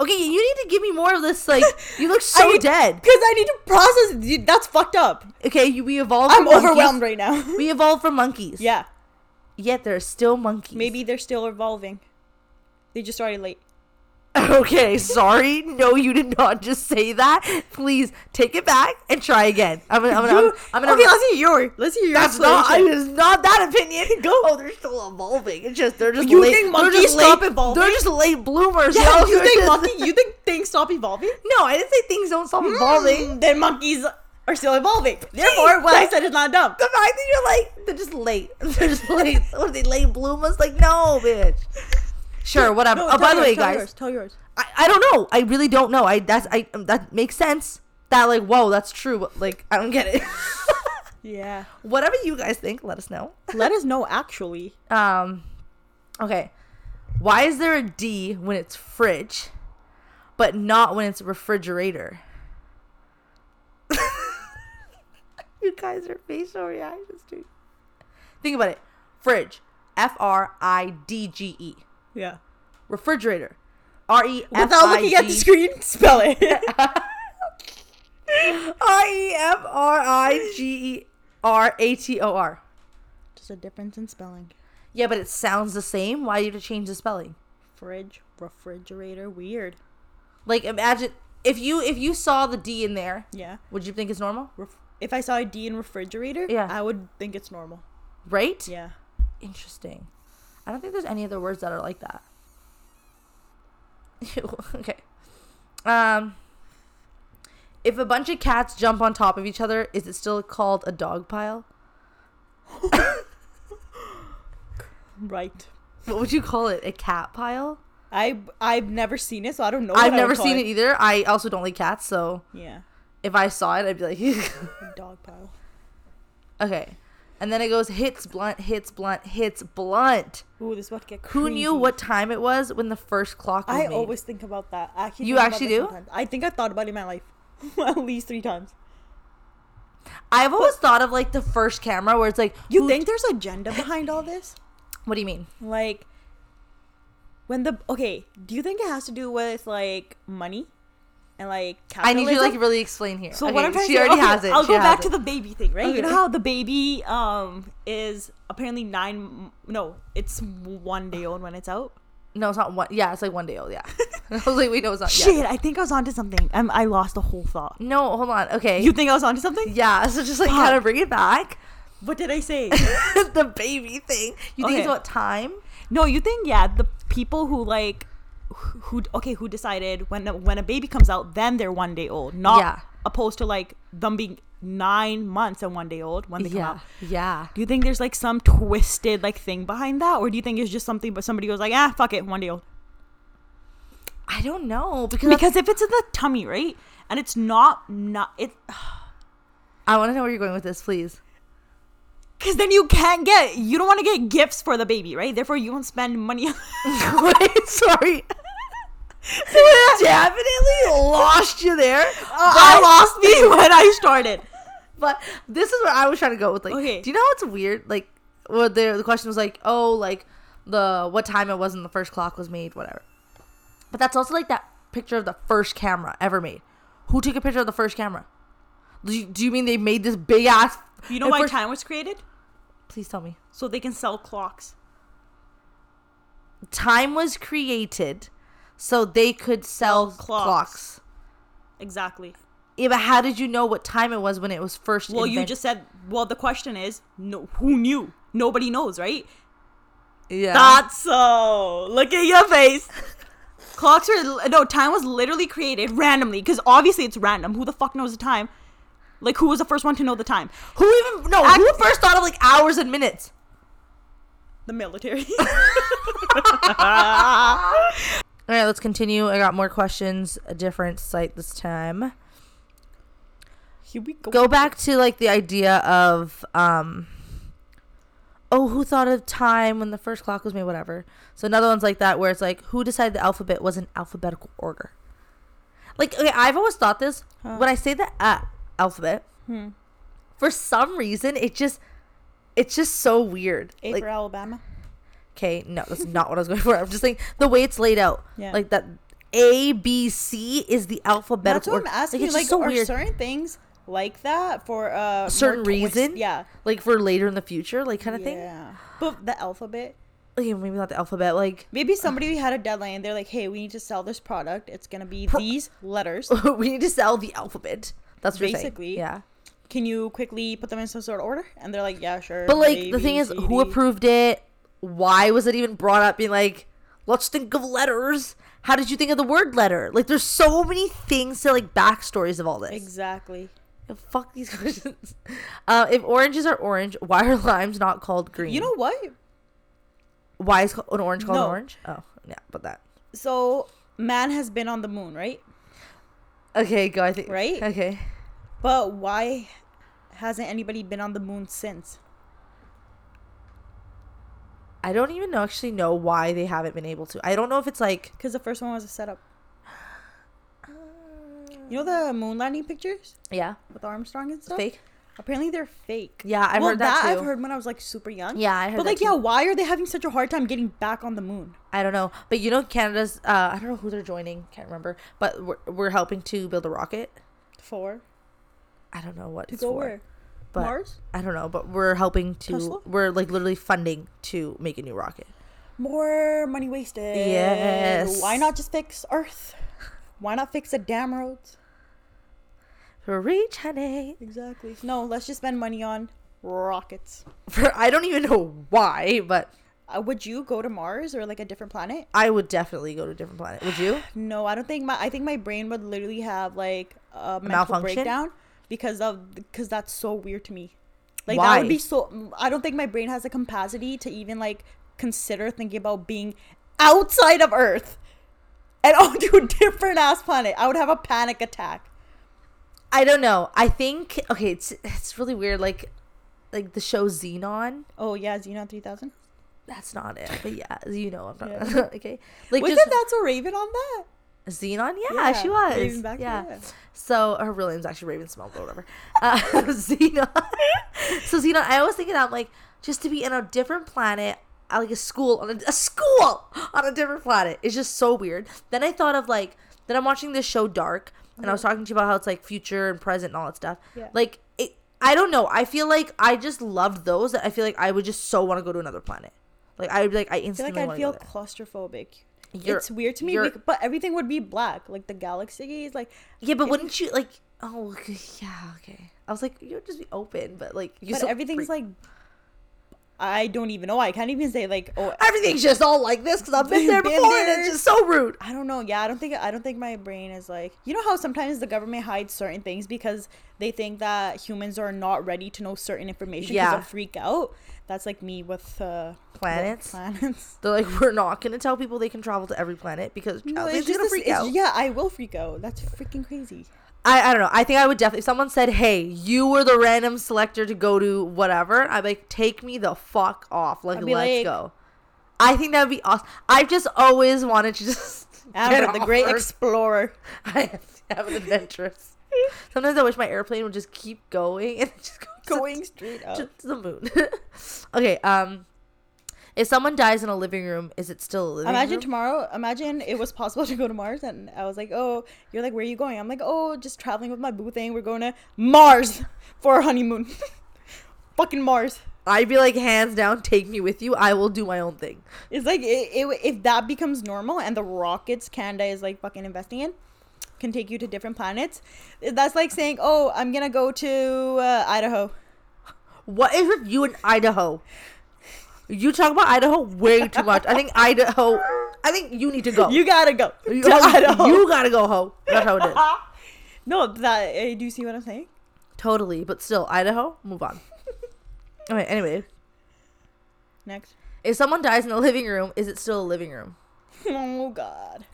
Speaker 1: Okay, you need to give me more of this. Like you look so
Speaker 2: I need-
Speaker 1: dead.
Speaker 2: Because I need to process. dude, That's fucked up.
Speaker 1: Okay, you, we evolved.
Speaker 2: I'm
Speaker 1: from monkeys.
Speaker 2: overwhelmed right now.
Speaker 1: We evolved from monkeys.
Speaker 2: yeah.
Speaker 1: Yet there are still monkeys.
Speaker 2: Maybe they're still evolving. They just started late.
Speaker 1: Okay, sorry. No, you did not just say that. Please take it back and try again. I'm gonna. I'm gonna. I'm,
Speaker 2: You-
Speaker 1: I'm gonna
Speaker 2: okay, let's hear your. Let's hear your.
Speaker 1: that's not. I,
Speaker 2: explanation.
Speaker 1: it's not that opinion. Go. Oh, they're still evolving. It's just they're just.
Speaker 2: You
Speaker 1: late,
Speaker 2: think
Speaker 1: they're
Speaker 2: monkeys
Speaker 1: just late-
Speaker 2: stop evolving?
Speaker 1: They're just late bloomers.
Speaker 2: yeah,
Speaker 1: y'all.
Speaker 2: you
Speaker 1: They're
Speaker 2: think
Speaker 1: just-
Speaker 2: monkey? You think things stop evolving?
Speaker 1: No, I didn't say things don't stop evolving.
Speaker 2: Mm, then monkeys are still evolving. Therefore, what I said is not dumb.
Speaker 1: The fact that you're like they're just late. They're just late. what are they late bloomers? Like no, bitch. Sure, whatever.
Speaker 2: No,
Speaker 1: oh,
Speaker 2: tell
Speaker 1: by the
Speaker 2: yours,
Speaker 1: way,
Speaker 2: tell
Speaker 1: guys,
Speaker 2: yours, tell yours.
Speaker 1: I, I don't know. I really don't know. I that's I um, that makes sense. That like whoa, that's true. But like I don't get it.
Speaker 2: Yeah.
Speaker 1: Whatever you guys think, let us know.
Speaker 2: Let us know. Actually,
Speaker 1: Um, okay. Why is there a D when it's fridge, but not when it's refrigerator? you guys are facial reactions, dude. Think about it. Fridge, F R I D G E.
Speaker 2: yeah.
Speaker 1: Refrigerator, R E F
Speaker 2: Without
Speaker 1: I
Speaker 2: looking at the
Speaker 1: G
Speaker 2: screen, spell it.
Speaker 1: R E F R I G E R A T O R.
Speaker 2: Just a difference in spelling.
Speaker 1: Yeah, but it sounds the same. Why you to change the spelling?
Speaker 2: Fridge, refrigerator, weird.
Speaker 1: Like imagine if you if you saw the D in there,
Speaker 2: Yeah.
Speaker 1: would you think it's normal?
Speaker 2: Ref- if I saw a D in refrigerator,
Speaker 1: Yeah.
Speaker 2: I would think it's normal.
Speaker 1: Right?
Speaker 2: Yeah.
Speaker 1: Interesting. I don't think there's any other words that are like that. Ew, okay. Um if a bunch of cats jump on top of each other, is it still called a dog pile?
Speaker 2: Right.
Speaker 1: What would you call it? A cat pile?
Speaker 2: I I've never seen it, so I don't know.
Speaker 1: I've never seen it either. I also don't like cats, so
Speaker 2: Yeah.
Speaker 1: if I saw it, I'd be like
Speaker 2: Dog pile.
Speaker 1: Okay. And then it goes hits blunt, hits blunt, hits blunt.
Speaker 2: Ooh, this about to get.
Speaker 1: Who knew
Speaker 2: crazy.
Speaker 1: what time it was when the first clock was
Speaker 2: I
Speaker 1: made?
Speaker 2: always think about that. I actually
Speaker 1: You
Speaker 2: think about
Speaker 1: actually
Speaker 2: that
Speaker 1: do?
Speaker 2: sometimes. I think I thought about it in my life at least three times.
Speaker 1: I've always thought of like the first camera where it's like
Speaker 2: You
Speaker 1: who-
Speaker 2: think there's agenda behind all this?
Speaker 1: What do you mean?
Speaker 2: Like when the okay, do you think it has to do with like money and like
Speaker 1: I
Speaker 2: capitalism?
Speaker 1: need you to like really explain here.
Speaker 2: So
Speaker 1: Okay,
Speaker 2: what I'm trying
Speaker 1: she
Speaker 2: to say,
Speaker 1: already
Speaker 2: okay,
Speaker 1: has it.
Speaker 2: I'll
Speaker 1: She
Speaker 2: go
Speaker 1: has
Speaker 2: back
Speaker 1: it.
Speaker 2: to the baby thing, right? You know
Speaker 1: Okay.
Speaker 2: how the baby um is apparently nine? m- No, it's one day old when it's out.
Speaker 1: No, it's not one. Yeah, it's like one day old. Yeah. I was like, wait, no, it's not. Yeah.
Speaker 2: Shit, I think I was onto something. i I lost the whole thought.
Speaker 1: No, hold on. Okay.
Speaker 2: You think I was onto something?
Speaker 1: yeah. So just like kind of bring it back.
Speaker 2: What did I say?
Speaker 1: the baby thing. You think
Speaker 2: Okay.
Speaker 1: it's about time?
Speaker 2: no, you think yeah, the people who like who who- okay who decided when a, when a baby comes out, then they're one day old, not
Speaker 1: Yeah.
Speaker 2: opposed to like them being nine months and one day old when they come out.
Speaker 1: Yeah. Yeah.
Speaker 2: Do you think there's like some twisted like thing behind that, or do you think it's just something? But somebody goes like, ah, fuck it, one day old.
Speaker 1: I don't know because, that's-
Speaker 2: Because if it's in the tummy, right, and it's not not it,
Speaker 1: I want to know where you're going with this, please.
Speaker 2: because then you can't get you don't want to get gifts for the baby, right? Therefore, you won't spend money.
Speaker 1: Wait, sorry. Definitely lost you there.
Speaker 2: Uh, I lost me when I started.
Speaker 1: But this is where I was trying to go with like,
Speaker 2: Okay.
Speaker 1: do you know what's weird? Like, well, the the question was like, oh, like the what time it was when the first clock was made, whatever. But that's also like that picture of the first camera ever made. Who took a picture of the first camera? Do you, do you mean they made this big ass?
Speaker 2: You know
Speaker 1: and
Speaker 2: why
Speaker 1: first-
Speaker 2: time was created?
Speaker 1: Please tell me.
Speaker 2: So they can sell clocks.
Speaker 1: Time was created so they could sell
Speaker 2: Sell
Speaker 1: clocks.
Speaker 2: clocks. Exactly.
Speaker 1: Yeah, but how did you know what time it was when it was first?
Speaker 2: Well, you
Speaker 1: invent-
Speaker 2: just said. Well, the question is, no, who knew? Nobody knows, right?
Speaker 1: yeah.
Speaker 2: Not so. Look at your face. Clocks were no time was literally created randomly because obviously it's random. Who the fuck knows the time? Like who was the first one to know the time?
Speaker 1: who even no? who first thought of like hours and minutes?
Speaker 2: The military.
Speaker 1: All right, let's continue. I got more questions, a different site this time.
Speaker 2: Here we
Speaker 1: Go back to like the idea of um oh, who thought of time when the first clock was made, whatever. So another one's like that where it's like who decided the alphabet was in alphabetical order. Like okay, I've always thought this when I say the uh, alphabet. For some reason, it just it's just so weird.
Speaker 2: A
Speaker 1: Like,
Speaker 2: for Alabama.
Speaker 1: Okay, no, that's not what I was going for. I'm just saying the way it's laid out.
Speaker 2: Yeah.
Speaker 1: Like that A B C is the
Speaker 2: That's
Speaker 1: alphabetical.
Speaker 2: what I'm
Speaker 1: order.
Speaker 2: asking.
Speaker 1: it's
Speaker 2: Like,
Speaker 1: just so
Speaker 2: are
Speaker 1: weird.
Speaker 2: certain things like that for uh,
Speaker 1: certain
Speaker 2: more twist-
Speaker 1: reason?
Speaker 2: Yeah.
Speaker 1: Like for later in the future, like kind of
Speaker 2: yeah. But the alphabet.
Speaker 1: thing. like maybe not the alphabet, like
Speaker 2: Maybe somebody had a deadline and they're like, hey, we need to sell this product. It's going to be these letters.
Speaker 1: we need to sell the alphabet. That's what You're
Speaker 2: Basically.
Speaker 1: saying. Yeah.
Speaker 2: Can you quickly put them in some sort of order? And they're like, yeah, sure.
Speaker 1: But like
Speaker 2: A,
Speaker 1: the
Speaker 2: B,
Speaker 1: thing is,
Speaker 2: C,
Speaker 1: who
Speaker 2: D.
Speaker 1: approved it? Why was it even brought up? Being like, let's think of letters. How did you think of the word letter? Like, there's so many things to like backstories of all this.
Speaker 2: Exactly.
Speaker 1: Fuck these questions. Uh, if oranges are orange, why are limes not called green?
Speaker 2: You know what?
Speaker 1: why is co- an orange called
Speaker 2: No.
Speaker 1: an orange? Oh, yeah, but that.
Speaker 2: So man has been on the moon, right?
Speaker 1: Okay, go. I think
Speaker 2: Right?
Speaker 1: Okay,
Speaker 2: But why hasn't anybody been on the moon since?
Speaker 1: I don't even know actually know why they haven't been able to. I don't know if it's like
Speaker 2: Because the first one was a setup. You know the moon landing pictures
Speaker 1: yeah,
Speaker 2: with Armstrong and stuff?
Speaker 1: fake.
Speaker 2: Apparently they're fake.
Speaker 1: Yeah, I
Speaker 2: well,
Speaker 1: heard that
Speaker 2: I've
Speaker 1: too.
Speaker 2: heard when I was like super young.
Speaker 1: Yeah, I heard
Speaker 2: But
Speaker 1: that
Speaker 2: like,
Speaker 1: too.
Speaker 2: yeah, why are they having such a hard time getting back on the moon?
Speaker 1: I don't know, but you know Canada's. Uh, I don't know who they're joining. Can't remember, but we're, we're helping to build a rocket.
Speaker 2: For
Speaker 1: I don't know what
Speaker 2: to
Speaker 1: it's
Speaker 2: go
Speaker 1: for,
Speaker 2: where?
Speaker 1: but
Speaker 2: Mars?
Speaker 1: I don't know. But we're helping to.
Speaker 2: Tesla?
Speaker 1: We're like literally funding to make a new rocket.
Speaker 2: More money wasted.
Speaker 1: Yes.
Speaker 2: Why not just fix Earth? Why not fix the damn roads?
Speaker 1: For reach, honey.
Speaker 2: Exactly. No, let's just spend money on rockets.
Speaker 1: For I don't even know why, but
Speaker 2: Uh, would you go to Mars or like a different planet?
Speaker 1: I would definitely go to a different planet. Would you?
Speaker 2: No, I don't think my. I think my brain would literally have like a mental
Speaker 1: malfunction?
Speaker 2: breakdown because of because that's so weird to me. Like that
Speaker 1: Why?
Speaker 2: would be so. I don't think my brain has the capacity to even like consider thinking about being outside of Earth and onto a different ass planet. I would have a panic attack.
Speaker 1: I don't know. I think okay, it's it's really weird. Like like the show Xenon.
Speaker 2: Oh yeah, Xenon three thousand.
Speaker 1: That's not it. But yeah, you know I'm not
Speaker 2: Yeah.
Speaker 1: okay. Like
Speaker 2: Wasn't
Speaker 1: just
Speaker 2: that's a Raven on that?
Speaker 1: Xenon, yeah, she was.
Speaker 2: Raven back
Speaker 1: yeah.
Speaker 2: then.
Speaker 1: So her real name's actually Raven Small, but whatever. Uh, Xenon. so Xenon, I always think that I'm like just to be in a different planet, uh, like a school on a, a school on a different planet. It's just so weird. Then I thought of like then I'm watching this show Dark, and I was talking to you about how it's like future and present and all that stuff.
Speaker 2: Mm-hmm. Yeah.
Speaker 1: Like it, I don't know. I feel like I just loved those. That I feel like I would just so want to go to another planet. Like I would be like I
Speaker 2: I
Speaker 1: instantly
Speaker 2: feel like I'd
Speaker 1: want to
Speaker 2: feel
Speaker 1: go there.
Speaker 2: claustrophobic.
Speaker 1: You're-
Speaker 2: it's weird to me,
Speaker 1: you're-
Speaker 2: bec- but everything would be black. Like the galaxy is like,
Speaker 1: Yeah, but wouldn't you like? Oh, okay, yeah, okay. I was like, you would just be open, but like, you
Speaker 2: but
Speaker 1: so
Speaker 2: everything's
Speaker 1: freak-
Speaker 2: like, I don't even know. I can't even say like, oh,
Speaker 1: everything's just all like this because I've been there
Speaker 2: Been
Speaker 1: before, and it's
Speaker 2: there.
Speaker 1: just so rude.
Speaker 2: I don't know. Yeah, I don't think I don't think my brain is like, you know how sometimes the government hides certain things because they think that humans are not ready to know certain information. Yeah,
Speaker 1: Yeah.
Speaker 2: they'll freak out. That's like me with uh,
Speaker 1: Planets?
Speaker 2: Planets.
Speaker 1: They're like, we're not gonna tell people they can travel to every planet because
Speaker 2: No,
Speaker 1: they're
Speaker 2: it's just
Speaker 1: gonna
Speaker 2: this-
Speaker 1: freak
Speaker 2: it's-
Speaker 1: out.
Speaker 2: Yeah, I will freak out. That's freaking crazy.
Speaker 1: I, I don't know. I think I would definitely. If someone said, "Hey, you were the random selector to go to whatever," I'd be like, "Take me the fuck off! Like,
Speaker 2: I'd be
Speaker 1: let's
Speaker 2: like-
Speaker 1: go." I think that'd be awesome. I've just always wanted to just get
Speaker 2: Amber, the
Speaker 1: off
Speaker 2: great
Speaker 1: Earth.
Speaker 2: explorer.
Speaker 1: I have to have an adventurous. Sometimes I wish my airplane would just keep going and just go to-
Speaker 2: going straight up.
Speaker 1: to, to the moon. okay, um, if someone dies in a living room, is it still a living
Speaker 2: Imagine
Speaker 1: room?
Speaker 2: tomorrow. Imagine it was possible to go to Mars, and I was like, "Oh, you're like, where are you going?" I'm like, "Oh, just traveling with my boo thing. We're going to Mars for our honeymoon. Fucking Mars."
Speaker 1: I'd be like, hands down, take me with you. I will do my own thing.
Speaker 2: It's like it, it, if that becomes normal, and the rockets Canada is like fucking investing in can take you to different planets. That's like saying, "Oh, I'm gonna go to uh, Idaho."
Speaker 1: What is with you in Idaho? You talk about Idaho way too much. I think Idaho. I think you need to go.
Speaker 2: You gotta go
Speaker 1: Oh. you,
Speaker 2: to Idaho.
Speaker 1: you gotta go, ho. That's how it is.
Speaker 2: no, that uh, do you see what I'm saying?
Speaker 1: totally, but still, Idaho. Move on. Okay. Anyway,
Speaker 2: Next.
Speaker 1: if someone dies in a living room, is it still a living room?
Speaker 2: Oh God.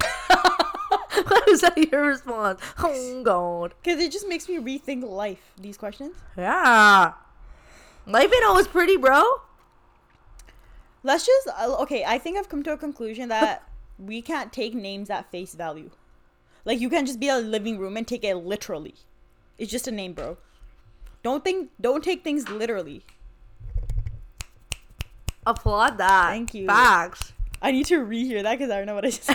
Speaker 1: what was that your response? Oh god.
Speaker 2: Because it just makes me rethink life, these questions.
Speaker 1: Yeah. Life ain't always pretty, bro.
Speaker 2: Let's just, uh, okay, I think I've come to a conclusion that we can't take names at face value. Like, you can't just be a living room and take it literally. It's just a name, bro. Don't think, don't take things literally.
Speaker 1: Applaud that.
Speaker 2: Thank you.
Speaker 1: Facts.
Speaker 2: I need to rehear that because I don't know what I just said.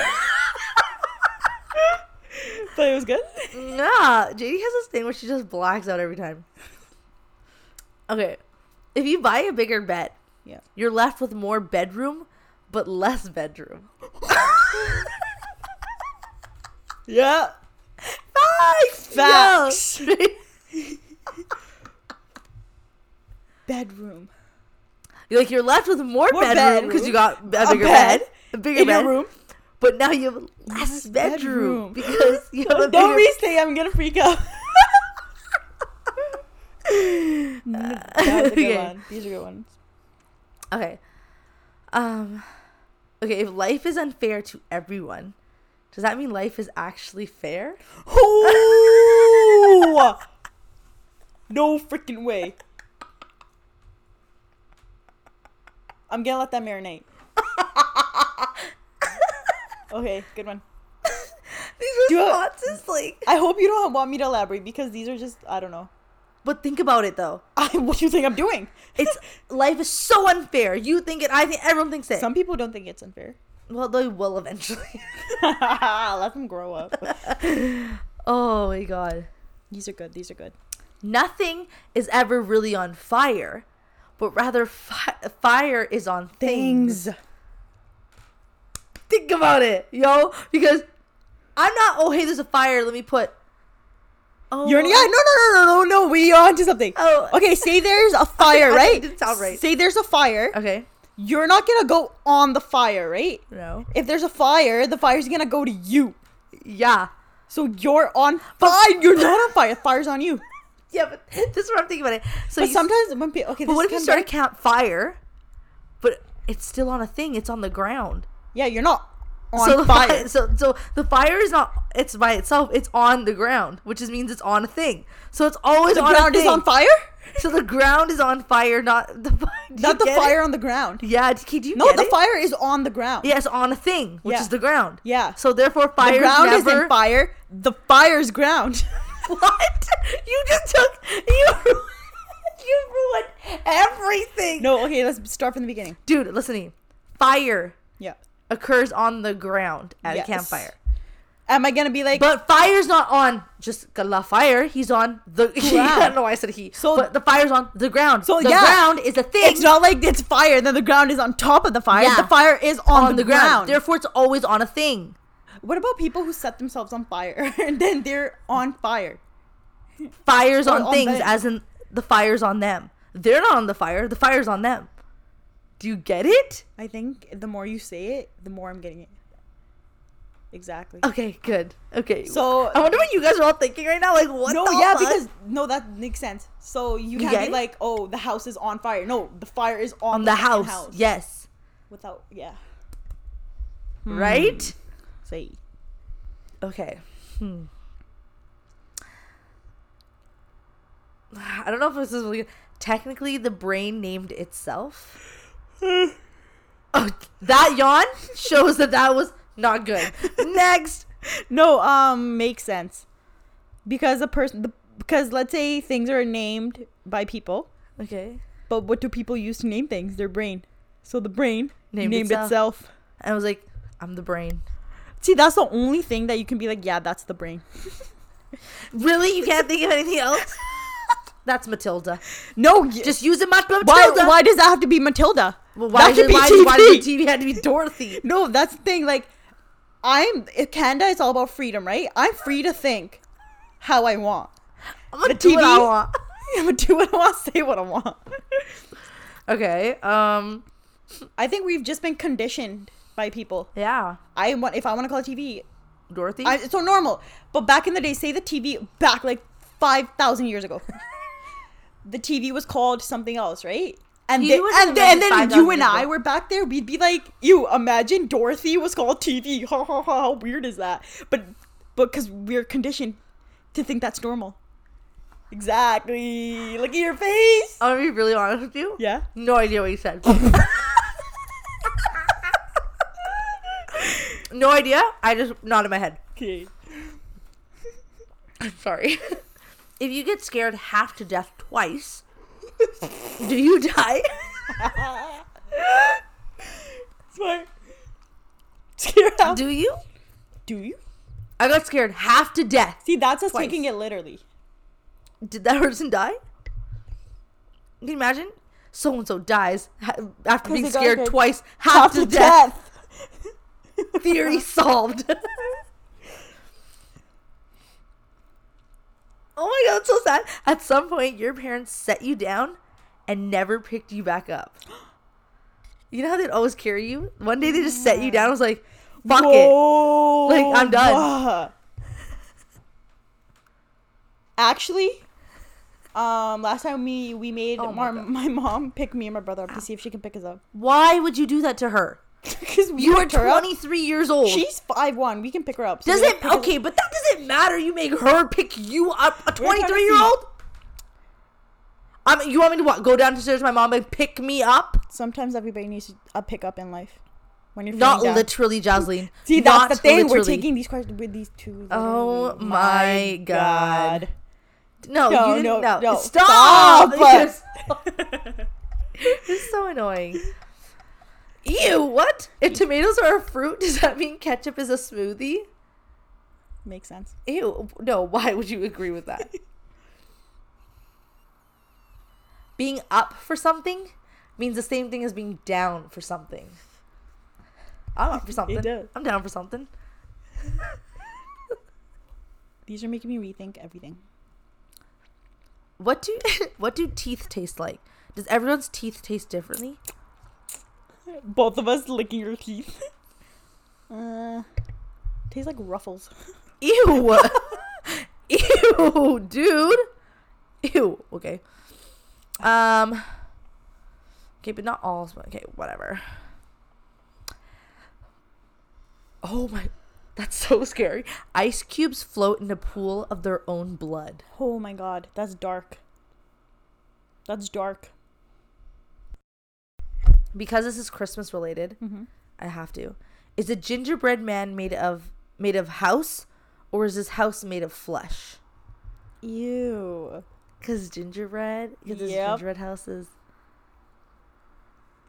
Speaker 2: but it was good.
Speaker 1: Yeah. JD has this thing where she just blacks out every time. Okay. If you buy a bigger bed,
Speaker 2: Yeah.
Speaker 1: you're left with more bedroom, but less bedroom.
Speaker 2: Yeah. Facts.
Speaker 1: Yo.
Speaker 2: Bedroom.
Speaker 1: like you're left with more,
Speaker 2: More
Speaker 1: bedroom because you got a bigger bed,
Speaker 2: bed
Speaker 1: a
Speaker 2: In
Speaker 1: bigger
Speaker 2: your
Speaker 1: bed,
Speaker 2: room.
Speaker 1: but now you have
Speaker 2: Less
Speaker 1: less bedroom,
Speaker 2: bedroom.
Speaker 1: because you have a
Speaker 2: Don't
Speaker 1: bigger.
Speaker 2: restate. I'm gonna freak out. that was a good
Speaker 1: okay.
Speaker 2: one. These are good ones.
Speaker 1: okay. Um. Okay, if life is unfair to everyone, does that mean life is actually fair?
Speaker 2: Oh! no freaking way. I'm gonna let that marinate. Okay, good one.
Speaker 1: These
Speaker 2: Do you-
Speaker 1: responses, like,
Speaker 2: I hope you don't want me to elaborate because these are just I don't know.
Speaker 1: but think about it though.
Speaker 2: I, what do you think I'm doing?
Speaker 1: It's life is so unfair. You think it, I think everyone thinks it.
Speaker 2: Some people don't think it's unfair.
Speaker 1: well, they will eventually.
Speaker 2: let them grow up.
Speaker 1: oh my god.
Speaker 2: These are good. These are good.
Speaker 1: Nothing is ever really on fire, but rather fi- fire is on things.
Speaker 2: Things.
Speaker 1: Think about it, yo, because I'm not. Oh, hey, there's a fire. Let me put. Oh,
Speaker 2: You're yeah. No, no, no, no, no, no. We are onto something.
Speaker 1: Oh.
Speaker 2: Okay. Say there's a fire,
Speaker 1: I
Speaker 2: right?
Speaker 1: didn't sound right.
Speaker 2: Say there's a fire.
Speaker 1: Okay.
Speaker 2: You're not gonna go on the fire, right?
Speaker 1: No.
Speaker 2: If there's a fire, the fire's gonna go to you.
Speaker 1: Yeah.
Speaker 2: So you're on fire. You're not on fire. The fire's on you.
Speaker 1: Yeah, but this is what I'm thinking about it. So
Speaker 2: But
Speaker 1: you,
Speaker 2: sometimes when people okay,
Speaker 1: but
Speaker 2: this
Speaker 1: what if you
Speaker 2: comes
Speaker 1: start a
Speaker 2: back-
Speaker 1: campfire, but it's still on a thing? It's on the ground.
Speaker 2: Yeah, you're not on
Speaker 1: so the
Speaker 2: fire.
Speaker 1: fire. So so the fire is not. It's by itself. It's on the ground, which is means it's on a thing. So it's always
Speaker 2: the
Speaker 1: on
Speaker 2: ground
Speaker 1: a
Speaker 2: is
Speaker 1: thing.
Speaker 2: on fire.
Speaker 1: So the ground is on fire, not the fi- do you
Speaker 2: Not the
Speaker 1: get it?
Speaker 2: fire on the ground.
Speaker 1: Yeah, do, do you
Speaker 2: No,
Speaker 1: get
Speaker 2: the
Speaker 1: it?
Speaker 2: fire is on the ground.
Speaker 1: Yes, on a thing, which
Speaker 2: Yeah.
Speaker 1: is the ground.
Speaker 2: Yeah.
Speaker 1: So therefore, fire
Speaker 2: the ground
Speaker 1: never.
Speaker 2: is in fire. The fire's ground.
Speaker 1: What? You just took you. ru- you ruined everything.
Speaker 2: no, okay, let's start from the beginning.
Speaker 1: dude, listen to me. Fire
Speaker 2: Yeah.
Speaker 1: occurs on the ground at
Speaker 2: Yes.
Speaker 1: a campfire,
Speaker 2: Am I gonna be like
Speaker 1: but fire's not on just la fire. He's on the. I don't know why I said he.
Speaker 2: So-
Speaker 1: So but the fire's on the ground.
Speaker 2: So,
Speaker 1: the
Speaker 2: yeah.
Speaker 1: ground is a thing.
Speaker 2: it's not like it's fire, then the ground is on top of the fire.
Speaker 1: Yeah.
Speaker 2: The fire is on,
Speaker 1: on the, ground. Therefore, it's always on a thing.
Speaker 2: What about people who set themselves on fire and then they're on fire?
Speaker 1: fires
Speaker 2: Or
Speaker 1: on,
Speaker 2: on
Speaker 1: things
Speaker 2: them.
Speaker 1: as in the fire's on them. They're not on the fire, the fire's on them. Do you get it?
Speaker 2: I think the more you say it, the more I'm getting it. Exactly.
Speaker 1: Okay, good. Okay.
Speaker 2: So-
Speaker 1: I wonder what you guys are all thinking right now. Like what
Speaker 2: no,
Speaker 1: the
Speaker 2: yeah,
Speaker 1: fuck?
Speaker 2: because no, that makes sense. So you can't
Speaker 1: get
Speaker 2: be
Speaker 1: it?
Speaker 2: like, oh, the house is on fire. No, the fire is on,
Speaker 1: on the
Speaker 2: fucking
Speaker 1: house. Yes.
Speaker 2: Without, yeah. Hmm.
Speaker 1: Right?
Speaker 2: Say.
Speaker 1: Okay. Hmm. I don't know if this is really technically the brain named itself. oh, that yawn shows that that was not good. Next.
Speaker 2: No, um, makes sense. Because a person, the, because let's say things are named by people,
Speaker 1: Okay.
Speaker 2: but what do people use to name things? Their brain. So the brain
Speaker 1: Named
Speaker 2: named,
Speaker 1: itself.
Speaker 2: itself.
Speaker 1: I was like, I'm the brain.
Speaker 2: See, that's the only thing that you can be like, yeah, that's the brain.
Speaker 1: Really? You can't think of anything else? That's Matilda.
Speaker 2: No, y-
Speaker 1: Just using my Matilda.
Speaker 2: why? Why does that have to be Matilda?
Speaker 1: Well, why,
Speaker 2: that could
Speaker 1: did,
Speaker 2: be
Speaker 1: why,
Speaker 2: TV.
Speaker 1: did, why did the TV had to be Dorothy?
Speaker 2: No, that's the thing. Like, I'm if Canada. It's all about freedom, right? I'm free to think how I want.
Speaker 1: I'm gonna
Speaker 2: The
Speaker 1: do what I
Speaker 2: TV.
Speaker 1: want.
Speaker 2: I'm gonna do what I want, say what I want.
Speaker 1: Okay. Um.
Speaker 2: I think we've just been conditioned by people.
Speaker 1: Yeah.
Speaker 2: I want if I want to call it TV,
Speaker 1: Dorothy.
Speaker 2: I, it's so normal. But back in the day, say the TV back like five thousand years ago, the TV was called something else, right? And,
Speaker 1: TV
Speaker 2: they,
Speaker 1: wasn't
Speaker 2: and, then, and
Speaker 1: invented
Speaker 2: then you
Speaker 1: 5,000
Speaker 2: and
Speaker 1: years
Speaker 2: I
Speaker 1: ago.
Speaker 2: were back there. We'd be like, "You imagine Dorothy was called TV? Ha ha ha! How weird is that?" But but because we're conditioned to think that's normal. Exactly. Look at your face.
Speaker 1: I'm gonna be really honest with you.
Speaker 2: Yeah.
Speaker 1: No idea what you said. no idea. I just nodded my head.
Speaker 2: Okay.
Speaker 1: I'm sorry. if you get scared half to death twice, do you die?
Speaker 2: Smart. Scare out.
Speaker 1: do you?
Speaker 2: Do you
Speaker 1: I got scared half to death.
Speaker 2: see? That's us
Speaker 1: Twice.
Speaker 2: taking it literally.
Speaker 1: Did that person die? Can you imagine? so and so dies ha- after being
Speaker 2: they got
Speaker 1: scared
Speaker 2: scared
Speaker 1: twice, half
Speaker 2: Half
Speaker 1: to death. Theory solved. oh my god, that's so sad. At some point, your parents set you down and never picked you back up. You know how they'd always carry you? One day they just set you down. I was like, fuck it.
Speaker 2: Whoa,
Speaker 1: Like, I'm done.
Speaker 2: bruh. Actually, um, last time we we made
Speaker 1: Oh my
Speaker 2: my,
Speaker 1: God.
Speaker 2: my mom pick me and my brother up to see if she can pick us up.
Speaker 1: Why would you do that to her?
Speaker 2: Because we
Speaker 1: You are
Speaker 2: picked her up.
Speaker 1: 23 years old.
Speaker 2: She's five one. We can pick her up. So we
Speaker 1: doesn't
Speaker 2: pick her-
Speaker 1: okay, but that doesn't matter. You make her pick you up, a
Speaker 2: We're trying to
Speaker 1: 23 year old. Um, you want me to what? Go down the stairs, to my mom, and pick me up?
Speaker 2: Sometimes everybody needs a pickup in life. When you're
Speaker 1: Not
Speaker 2: feeling down.
Speaker 1: literally, Jocelyn.
Speaker 2: See, that's
Speaker 1: Not
Speaker 2: the thing. We're
Speaker 1: literally.
Speaker 2: taking these questions with these two.
Speaker 1: Oh
Speaker 2: literally.
Speaker 1: my God. No,
Speaker 2: No,
Speaker 1: you didn't.
Speaker 2: no,
Speaker 1: No,
Speaker 2: no.
Speaker 1: Stop!
Speaker 2: Stop!
Speaker 1: it's so annoying. Ew! What? If tomatoes are a fruit, does that mean ketchup is a smoothie?
Speaker 2: Makes sense.
Speaker 1: Ew! No. Why would you agree with that? being up for something means the same thing as being down for something. I'm up for something.
Speaker 2: does.
Speaker 1: I'm down for something.
Speaker 2: These are making me rethink everything.
Speaker 1: What do what do teeth taste like? Does everyone's teeth taste differently?
Speaker 2: Both of us licking your teeth. uh, tastes like ruffles.
Speaker 1: Ew. Ew, dude. Ew. Okay. Um. Okay, but not all. sm- Okay, whatever. Oh my, that's so scary. Ice cubes float in a pool of their own blood.
Speaker 2: Oh my god, that's dark. That's dark.
Speaker 1: Because this is Christmas related,
Speaker 2: Mm-hmm.
Speaker 1: I have to. Is a gingerbread man made of made of house, or is his house made of flesh?
Speaker 2: Ew.
Speaker 1: Cause gingerbread, cause his
Speaker 2: Yep.
Speaker 1: gingerbread houses.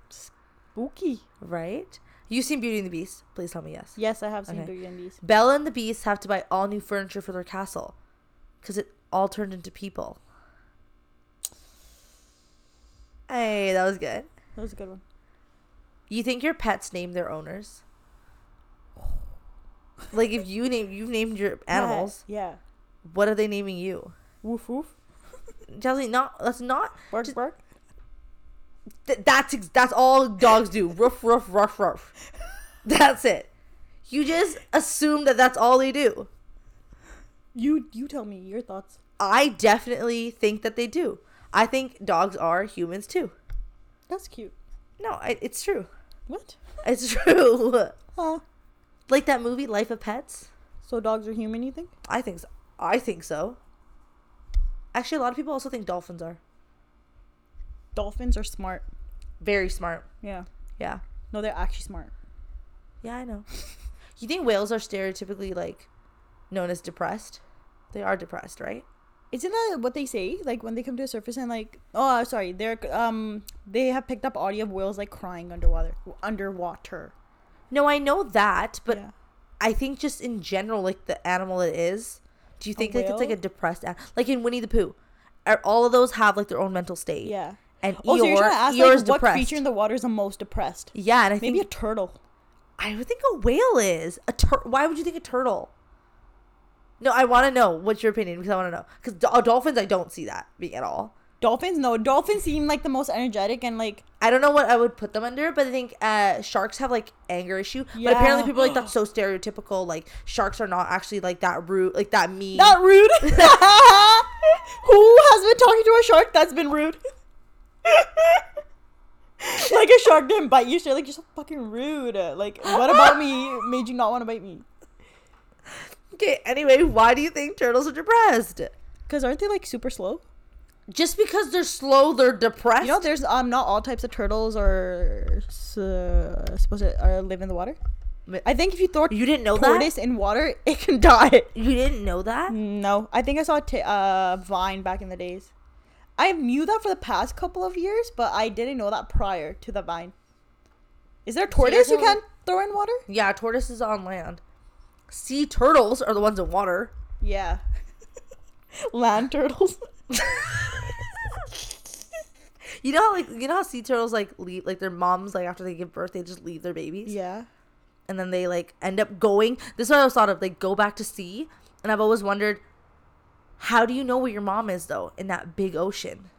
Speaker 2: Spooky.
Speaker 1: Right? You've seen Beauty and the Beast. Please tell me yes.
Speaker 2: Yes, I have seen
Speaker 1: Okay.
Speaker 2: Beauty and the Beast.
Speaker 1: Bella and the Beast have to buy all new furniture for their castle because it all turned into people. Hey, that was good.
Speaker 2: That was a good one.
Speaker 1: You think your pets name their owners? Like if you name you've named your animals,
Speaker 2: Yeah. yeah.
Speaker 1: what are they naming you?
Speaker 2: Woof woof.
Speaker 1: Jazzy, not that's not
Speaker 2: Bark
Speaker 1: Just-
Speaker 2: bark.
Speaker 1: Th- that's ex- that's all dogs do. Ruff ruff ruff ruff. That's it. You just assume that that's all they do.
Speaker 2: You you tell me your thoughts.
Speaker 1: I definitely think that they do. I think dogs are humans too.
Speaker 2: That's cute.
Speaker 1: No, I, it's true.
Speaker 2: What?
Speaker 1: It's true.
Speaker 2: Huh.
Speaker 1: like that movie Life of Pets.
Speaker 2: So dogs are human, you think?
Speaker 1: I think so. I think so. Actually, a lot of people also think dolphins are
Speaker 2: Dolphins are smart.
Speaker 1: very smart.
Speaker 2: Yeah.
Speaker 1: Yeah.
Speaker 2: No, they're actually smart.
Speaker 1: Yeah, I know. you think whales are stereotypically like known as depressed? They are depressed, right?
Speaker 2: Isn't that what they say? Like when they come to the surface and like, oh, sorry, they're um, they have picked up audio of whales like crying underwater, underwater.
Speaker 1: No, I know that, but
Speaker 2: yeah.
Speaker 1: I think just in general, like the animal it is. Do you think like it's like a
Speaker 2: whale?
Speaker 1: depressed animal? Like in Winnie the Pooh, are all of those have like their own mental state?
Speaker 2: yeah.
Speaker 1: And
Speaker 2: Oh,
Speaker 1: Eeyore,
Speaker 2: so you're trying to ask
Speaker 1: Eeyore's
Speaker 2: like, what
Speaker 1: depressed.
Speaker 2: creature in the water is the most depressed?
Speaker 1: yeah, and I
Speaker 2: Maybe a
Speaker 1: think
Speaker 2: turtle.
Speaker 1: I would think a whale is a tur- Why would you think a turtle? No, I want to know what's your opinion because I want to know because do- uh, dolphins I don't see that being at all.
Speaker 2: Dolphins? No, dolphins seem like the most energetic and like
Speaker 1: I don't know what I would put them under, but I think uh, sharks have like anger issue. But apparently,
Speaker 2: Yeah.
Speaker 1: people are like that's so stereotypical. Like sharks are not actually like that rude, like that mean.
Speaker 2: not rude. Who has been talking to a shark that's been rude? like a shark didn't bite you, so you're like you're so fucking rude. Like what about me made you not want to bite me?
Speaker 1: Okay. Anyway, why do you think turtles are depressed?
Speaker 2: Cause aren't they like super slow?
Speaker 1: Just because they're slow, they're depressed.
Speaker 2: You know, there's um not all types of turtles are uh, supposed to uh, live in the water.
Speaker 1: Ma-
Speaker 2: I think if you throw a
Speaker 1: you didn't know
Speaker 2: tortoise in water, it can die.
Speaker 1: that. You didn't know that.
Speaker 2: No, I think I saw a t- uh, vine back in the days. I knew that for the past couple of years, but I didn't know that prior to the vine. Is there a
Speaker 1: you're
Speaker 2: tortoise you
Speaker 1: telling-
Speaker 2: can throw in water?
Speaker 1: Yeah, tortoises on land. Sea turtles are the ones in water.
Speaker 2: Yeah. Land turtles.
Speaker 1: You know, how, like you know how sea turtles like leave, like their moms like after they give birth, they just leave their babies,
Speaker 2: Yeah.
Speaker 1: and then they like end up going. This is what I was thought of. They go back to sea, and I've always wondered, how do you know where your mom is though in that big ocean?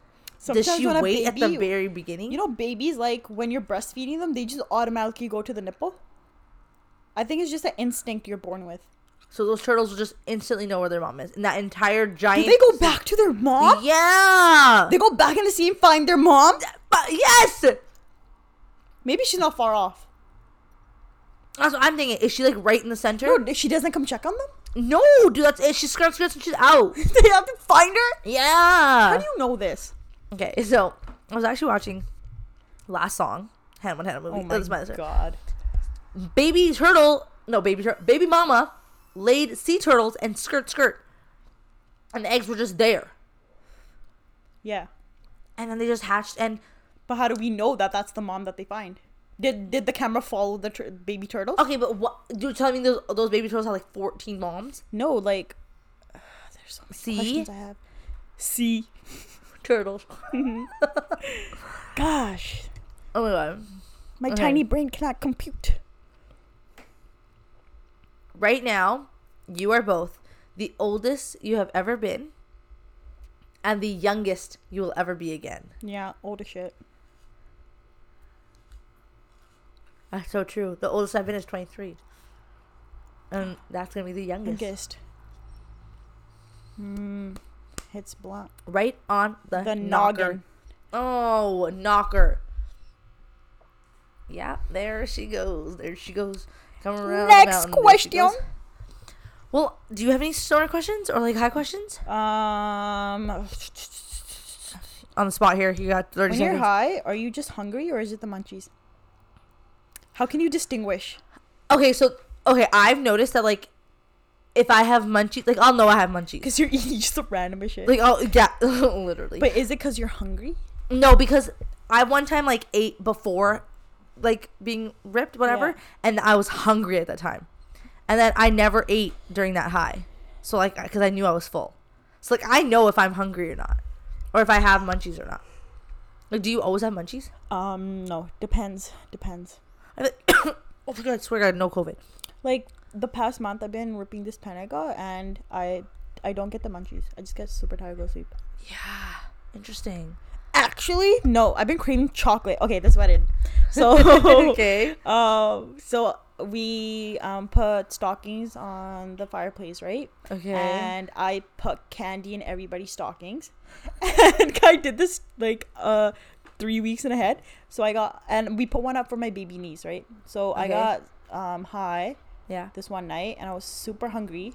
Speaker 1: Does she
Speaker 2: when a
Speaker 1: wait at the
Speaker 2: baby-
Speaker 1: very beginning?
Speaker 2: You know, babies like when you're breastfeeding them, they just automatically go to the nipple. I think it's just an instinct you're born with.
Speaker 1: so those turtles will just instantly know where their mom is, and that entire
Speaker 2: Do
Speaker 1: giant.
Speaker 2: they go back to their mom?
Speaker 1: Yeah.
Speaker 2: They go back in the sea and find their mom.
Speaker 1: But yes, that's
Speaker 2: Maybe she's not far off.
Speaker 1: what I'm thinking. Is she like right in the center?
Speaker 2: Dude, she doesn't come check on them.
Speaker 1: No, dude, that's it. She scrubs, scrubs, and she's out.
Speaker 2: they have to find her.
Speaker 1: Yeah.
Speaker 2: How do you know this?
Speaker 1: Okay, so I was actually watching last song, Hannah Montana movie.
Speaker 2: Oh
Speaker 1: Oh,
Speaker 2: my
Speaker 1: this is my answer.
Speaker 2: god.
Speaker 1: Baby turtle, no baby turtle, baby mama laid sea turtles and skirt skirt, and the eggs were just there,
Speaker 2: Yeah,
Speaker 1: and then they just hatched. And
Speaker 2: but how do we know that that's the mom that they find? Did did the camera follow the tur- baby turtle?
Speaker 1: okay, but what you're telling me those those baby turtles had like 14 moms?
Speaker 2: No, like there's so many
Speaker 1: See?
Speaker 2: questions I have. See,
Speaker 1: Turtles.
Speaker 2: gosh,
Speaker 1: Oh my god.
Speaker 2: my
Speaker 1: Okay.
Speaker 2: tiny brain cannot compute.
Speaker 1: Right now, you are both the oldest you have ever been, and the youngest you will ever be again.
Speaker 2: Yeah, old as shit.
Speaker 1: That's so true. The oldest I've been is 23. And that's going to be the youngest.
Speaker 2: Youngest. Hmm. It's blunt.
Speaker 1: Right on the,
Speaker 2: The
Speaker 1: knocker.
Speaker 2: noggin.
Speaker 1: Oh, knocker. Yeah, there she goes. There she goes. Come around. the
Speaker 2: Next
Speaker 1: mountain. There she
Speaker 2: question.
Speaker 1: goes. Well, do you have any stoner questions or like high questions?
Speaker 2: Um.
Speaker 1: On the spot here, you got 30
Speaker 2: When you're
Speaker 1: seconds.
Speaker 2: high, are you just hungry or is it the munchies? How can you distinguish?
Speaker 1: Okay, so, okay, I've noticed that like if I have munchies, like I'll know I have munchies.
Speaker 2: Because you're eating just the random shit.
Speaker 1: Like, oh, yeah, literally.
Speaker 2: but is it because you're hungry?
Speaker 1: No, because I one time like ate before like being ripped, whatever,
Speaker 2: Yeah.
Speaker 1: and I was hungry at that time. And then I never ate during that high. So like cuz I knew I was full. So like I know if I'm hungry or not or if I have munchies or not. Like do you always have munchies?
Speaker 2: Um, no. Depends. Depends.
Speaker 1: I feel- oh my god, I swear to god, no covid.
Speaker 2: Like the past month, I've been ripping this pen I got, and I, I don't get the munchies. I just get super tired, go to sleep.
Speaker 1: Yeah. Interesting.
Speaker 2: Actually, no. I've been craving chocolate. Okay, that's what I did. So
Speaker 1: okay.
Speaker 2: Um, so we um put stockings on the fireplace, right?
Speaker 1: Okay.
Speaker 2: And I put candy in everybody's stockings. And I did this like uh three weeks in ahead. So I got and we put one up for my baby niece, right? So I
Speaker 1: Okay.
Speaker 2: got um high
Speaker 1: yeah.
Speaker 2: this one night and I was super hungry.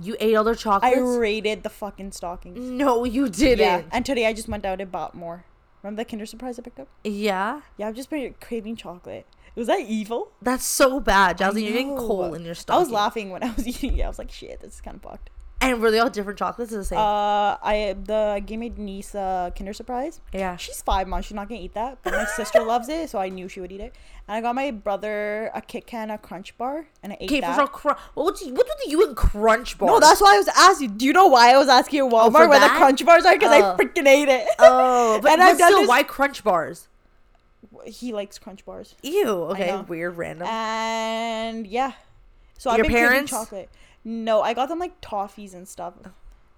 Speaker 1: You ate all their
Speaker 2: I
Speaker 1: chocolates?
Speaker 2: raided the fucking stockings.
Speaker 1: no, you didn't.
Speaker 2: Yeah.
Speaker 1: Yeah.
Speaker 2: And today I just went out and bought more. Remember the Kinder Surprise I picked up? Yeah, I've just been craving chocolate. Was that evil?
Speaker 1: That's so bad, Jazzy. You're getting
Speaker 2: know.
Speaker 1: coal in your
Speaker 2: I
Speaker 1: stomach.
Speaker 2: was laughing when I was eating it. I was like, shit, this is kind of fucked.
Speaker 1: And were they all different chocolates or the same?
Speaker 2: Uh, I the I gave my niece a Kinder Surprise.
Speaker 1: yeah.
Speaker 2: She's five months. She's not gonna eat that, but my sister loves it, so I knew she would eat it. And I got my brother a Kit Kat, and a Crunch Bar, and I ate
Speaker 1: Okay,
Speaker 2: that.
Speaker 1: first of all, crunch. What's what's with you and Crunch Bar?
Speaker 2: no, that's why I was asking. Do you know why I was asking at Walmart
Speaker 1: Oh, for
Speaker 2: where
Speaker 1: that?
Speaker 2: the Crunch Bars are? Because
Speaker 1: Oh.
Speaker 2: I freaking ate it.
Speaker 1: oh, but,
Speaker 2: and
Speaker 1: but
Speaker 2: I've done
Speaker 1: still,
Speaker 2: this-
Speaker 1: why Crunch Bars?
Speaker 2: he likes Crunch Bars.
Speaker 1: Ew. Okay,
Speaker 2: know. Uh,
Speaker 1: weird, random.
Speaker 2: And yeah. So
Speaker 1: Your
Speaker 2: I've been craving
Speaker 1: parents?
Speaker 2: chocolate. No, I got them like toffees and stuff.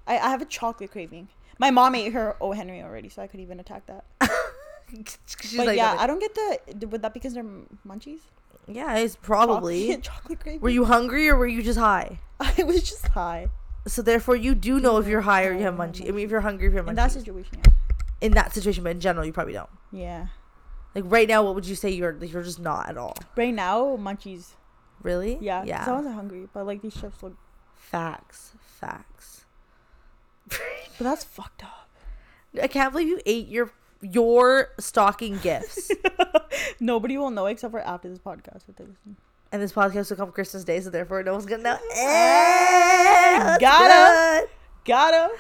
Speaker 2: I, I have a chocolate craving. My mom ate her O Henry already, so I could even attack that.
Speaker 1: She's
Speaker 2: but
Speaker 1: like,
Speaker 2: yeah,
Speaker 1: yeah,
Speaker 2: I don't get the. Would that be because they're m- munchies?
Speaker 1: yeah, it's probably.
Speaker 2: Chocolate, chocolate craving.
Speaker 1: Were you hungry or were you just high?
Speaker 2: I was just high
Speaker 1: So therefore, you do know if you're high or you have munchie. I mean, if you're hungry, if you're
Speaker 2: in that
Speaker 1: munchie.
Speaker 2: situation.
Speaker 1: In that situation, but in general, you probably don't.
Speaker 2: Yeah. yeah.
Speaker 1: Like right now, what would you say you're? Like, you're just not at all.
Speaker 2: Right now, munchies.
Speaker 1: Really?
Speaker 2: Yeah.
Speaker 1: Yeah.
Speaker 2: Yeah. I wasn't hungry, but like these chips look.
Speaker 1: Facts. Facts.
Speaker 2: But that's fucked up.
Speaker 1: I can't believe you ate your your stocking gifts.
Speaker 2: Nobody will know except for after this podcast. What they listen.
Speaker 1: And this podcast will come Christmas Day, so therefore no one's gonna know.
Speaker 2: Eh,
Speaker 1: Eh,
Speaker 2: gotta.
Speaker 1: good.
Speaker 2: Gotta.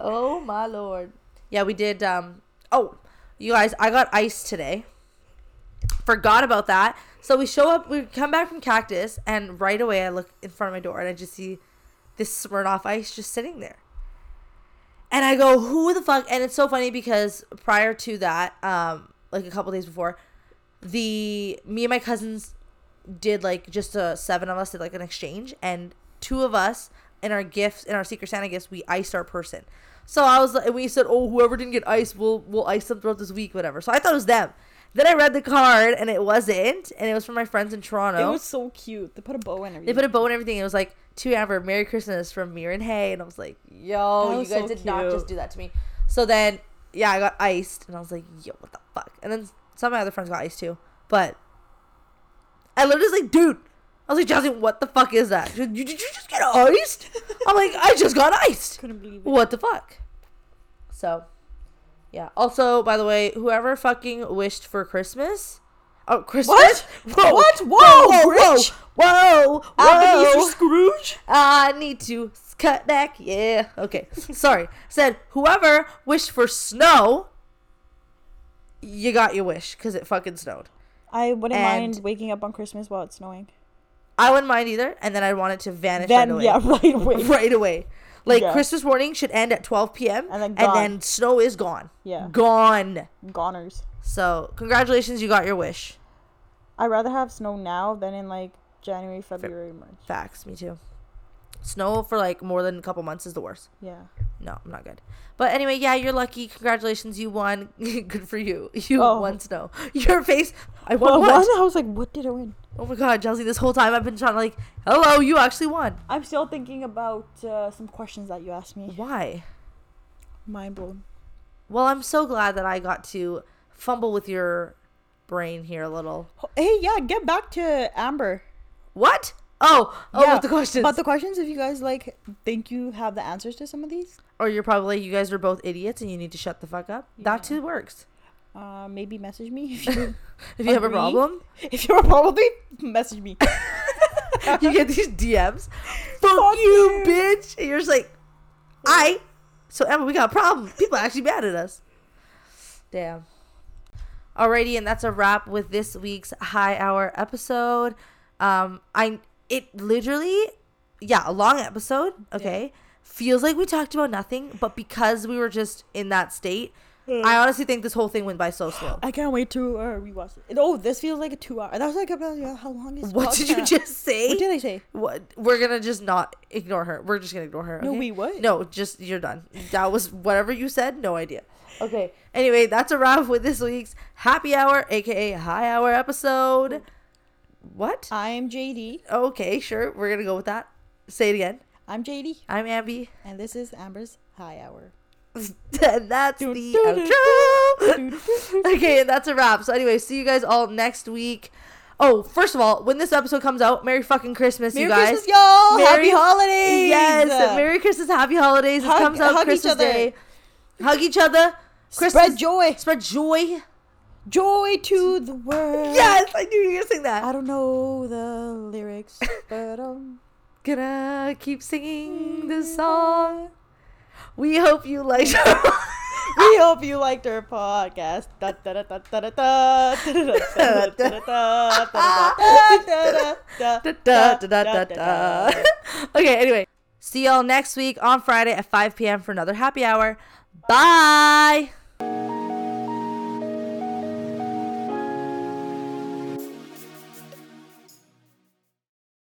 Speaker 1: Oh my lord. Yeah, we did. Um. Oh, you guys, I got ice today. Forgot about that. So we show up. We come back from Cactus, and right away I look in front of my door, and I just see this Smirnoff Ice just sitting there. And I go, who the fuck? And it's so funny because prior to that, um, like a couple days before, the me and my cousins did like just uh seven of us did like an exchange, and two of us in our gifts in our Secret Santa gifts we iced our person. So I was, and we said, oh, whoever didn't get iced, we'll we'll ice them throughout this week, whatever. So I thought it was them. Then I read the card, and it wasn't, and it was from my friends in Toronto.
Speaker 2: It was so cute. They put a bow in everything.
Speaker 1: They put a bow and everything. It was like to Amber, Merry Christmas from Miran Hay, and I was like,
Speaker 2: That
Speaker 1: Yo, you
Speaker 2: was
Speaker 1: guys
Speaker 2: so
Speaker 1: did not just
Speaker 2: cute.
Speaker 1: do that to me. So then, yeah, I got iced, and I was like, Yo, what the fuck? And then some of my other friends got iced too, but I literally was like, Dude, I was like, Jasmine, what the fuck is that? She goes, "You- Did you just get iced? I'm like, I just got iced.
Speaker 2: Couldn't believe it.
Speaker 1: What the fuck? So, yeah. Also, by the way, whoever fucking wished for Christmas. Oh, Christmas! Whoa.
Speaker 2: What? Whoa, Grinch?
Speaker 1: Whoa! Whoa!
Speaker 2: Ebenezer
Speaker 1: whoa.
Speaker 2: Scrooge?
Speaker 1: I need to cut back. Yeah. Okay. Sorry. Said whoever wished for snow, you got your wish because it fucking snowed.
Speaker 2: I wouldn't
Speaker 1: And-
Speaker 2: mind waking up on Christmas while it's snowing.
Speaker 1: I wouldn't mind either, and then I'd want it to vanish right
Speaker 2: Then
Speaker 1: away.
Speaker 2: yeah, right away.
Speaker 1: Right away. Like
Speaker 2: Yeah.
Speaker 1: Christmas morning should end at 12 p.m.
Speaker 2: And then
Speaker 1: and
Speaker 2: gone.
Speaker 1: then snow is gone.
Speaker 2: Yeah.
Speaker 1: Gone.
Speaker 2: Goners.
Speaker 1: So congratulations, you got your wish.
Speaker 2: I'd rather have snow now than in like January, February, March.
Speaker 1: Facts. Me too. Snow for like more than a couple months is the worst.
Speaker 2: Yeah.
Speaker 1: No, I'm not good. But anyway, yeah, you're lucky. Congratulations, you won. good for you. You
Speaker 2: Oh.
Speaker 1: won snow. Your face. I won.
Speaker 2: Well,
Speaker 1: what?
Speaker 2: one, I was like, what did I win?
Speaker 1: Oh my god, Chelsea! This whole time I've been trying to like, hello, you actually won.
Speaker 2: I'm still thinking about uh, some questions that you asked me.
Speaker 1: Why?
Speaker 2: Mind blown.
Speaker 1: Well, I'm so glad that I got to fumble with your brain here a little.
Speaker 2: Hey, yeah, get back to Amber.
Speaker 1: What? Oh, oh,
Speaker 2: Yeah,
Speaker 1: with the questions.
Speaker 2: About the questions, if you guys like think you have the answers to some of these,
Speaker 1: or you're probably like, you guys are both idiots and you need to shut the fuck up. That too works.
Speaker 2: uh, maybe message me if you
Speaker 1: If you have a
Speaker 2: Agree.
Speaker 1: problem,
Speaker 2: if you're probably message me.
Speaker 1: you get these DMs. Fuck you, bitch. And you're just like, I. So, Emma, we got a problem. People are actually mad at us. Damn. Alrighty, and that's a wrap with this week's High Hour episode. Um, I it literally, yeah, a long episode. Okay, feels like we talked about nothing, but because we were just in that state, I honestly think this whole thing went by so slow.
Speaker 2: I can't wait to uh, rewatch it. Oh, this feels like a two hour. That's like about yeah, how long is?
Speaker 1: What did you
Speaker 2: podcast?
Speaker 1: just say?
Speaker 2: What did I say?
Speaker 1: What we're gonna just not ignore her. We're just gonna ignore her.
Speaker 2: No,
Speaker 1: okay?
Speaker 2: we would.
Speaker 1: No, just you're done. That was whatever you said. No idea. Okay. Anyway, that's a wrap with this week's happy hour, aka high hour episode. What?
Speaker 2: I'm JD.
Speaker 1: Okay, sure. We're gonna go with that. Say it again.
Speaker 2: I'm JD,
Speaker 1: I'm Ambi,
Speaker 2: and this is Amber's High Hour.
Speaker 1: and that's
Speaker 2: Doo,
Speaker 1: the
Speaker 2: doo, doo,
Speaker 1: outro. okay, and that's a wrap. So anyway, see you guys all next week. Oh, first of all, when this episode comes out, Merry fucking Christmas,
Speaker 2: Merry
Speaker 1: you guys.
Speaker 2: Christmas, y'all!
Speaker 1: Merry-
Speaker 2: Happy holidays!
Speaker 1: Yes, Merry Christmas, Happy Holidays.
Speaker 2: Hug-
Speaker 1: it comes out
Speaker 2: hug each
Speaker 1: Christmas
Speaker 2: other.
Speaker 1: Day. Hug each other. Christmas.
Speaker 2: Spread joy,
Speaker 1: Spread joy.
Speaker 2: joy to the world.
Speaker 1: Yes, I knew you were gonna sing that.
Speaker 2: I don't know the lyrics, but um,
Speaker 1: gonna keep singing this song. We hope you liked. our-
Speaker 2: we hope you liked our podcast. Da- da- da- da- da- da- da- da- da- da- da-
Speaker 1: Da,
Speaker 2: da- da- da- da- da-
Speaker 1: da,
Speaker 2: da-
Speaker 1: da,
Speaker 2: da-
Speaker 1: da, da, da. okay, anyway. See y'all next week on Friday at 5 p.m. for another happy hour. Bye.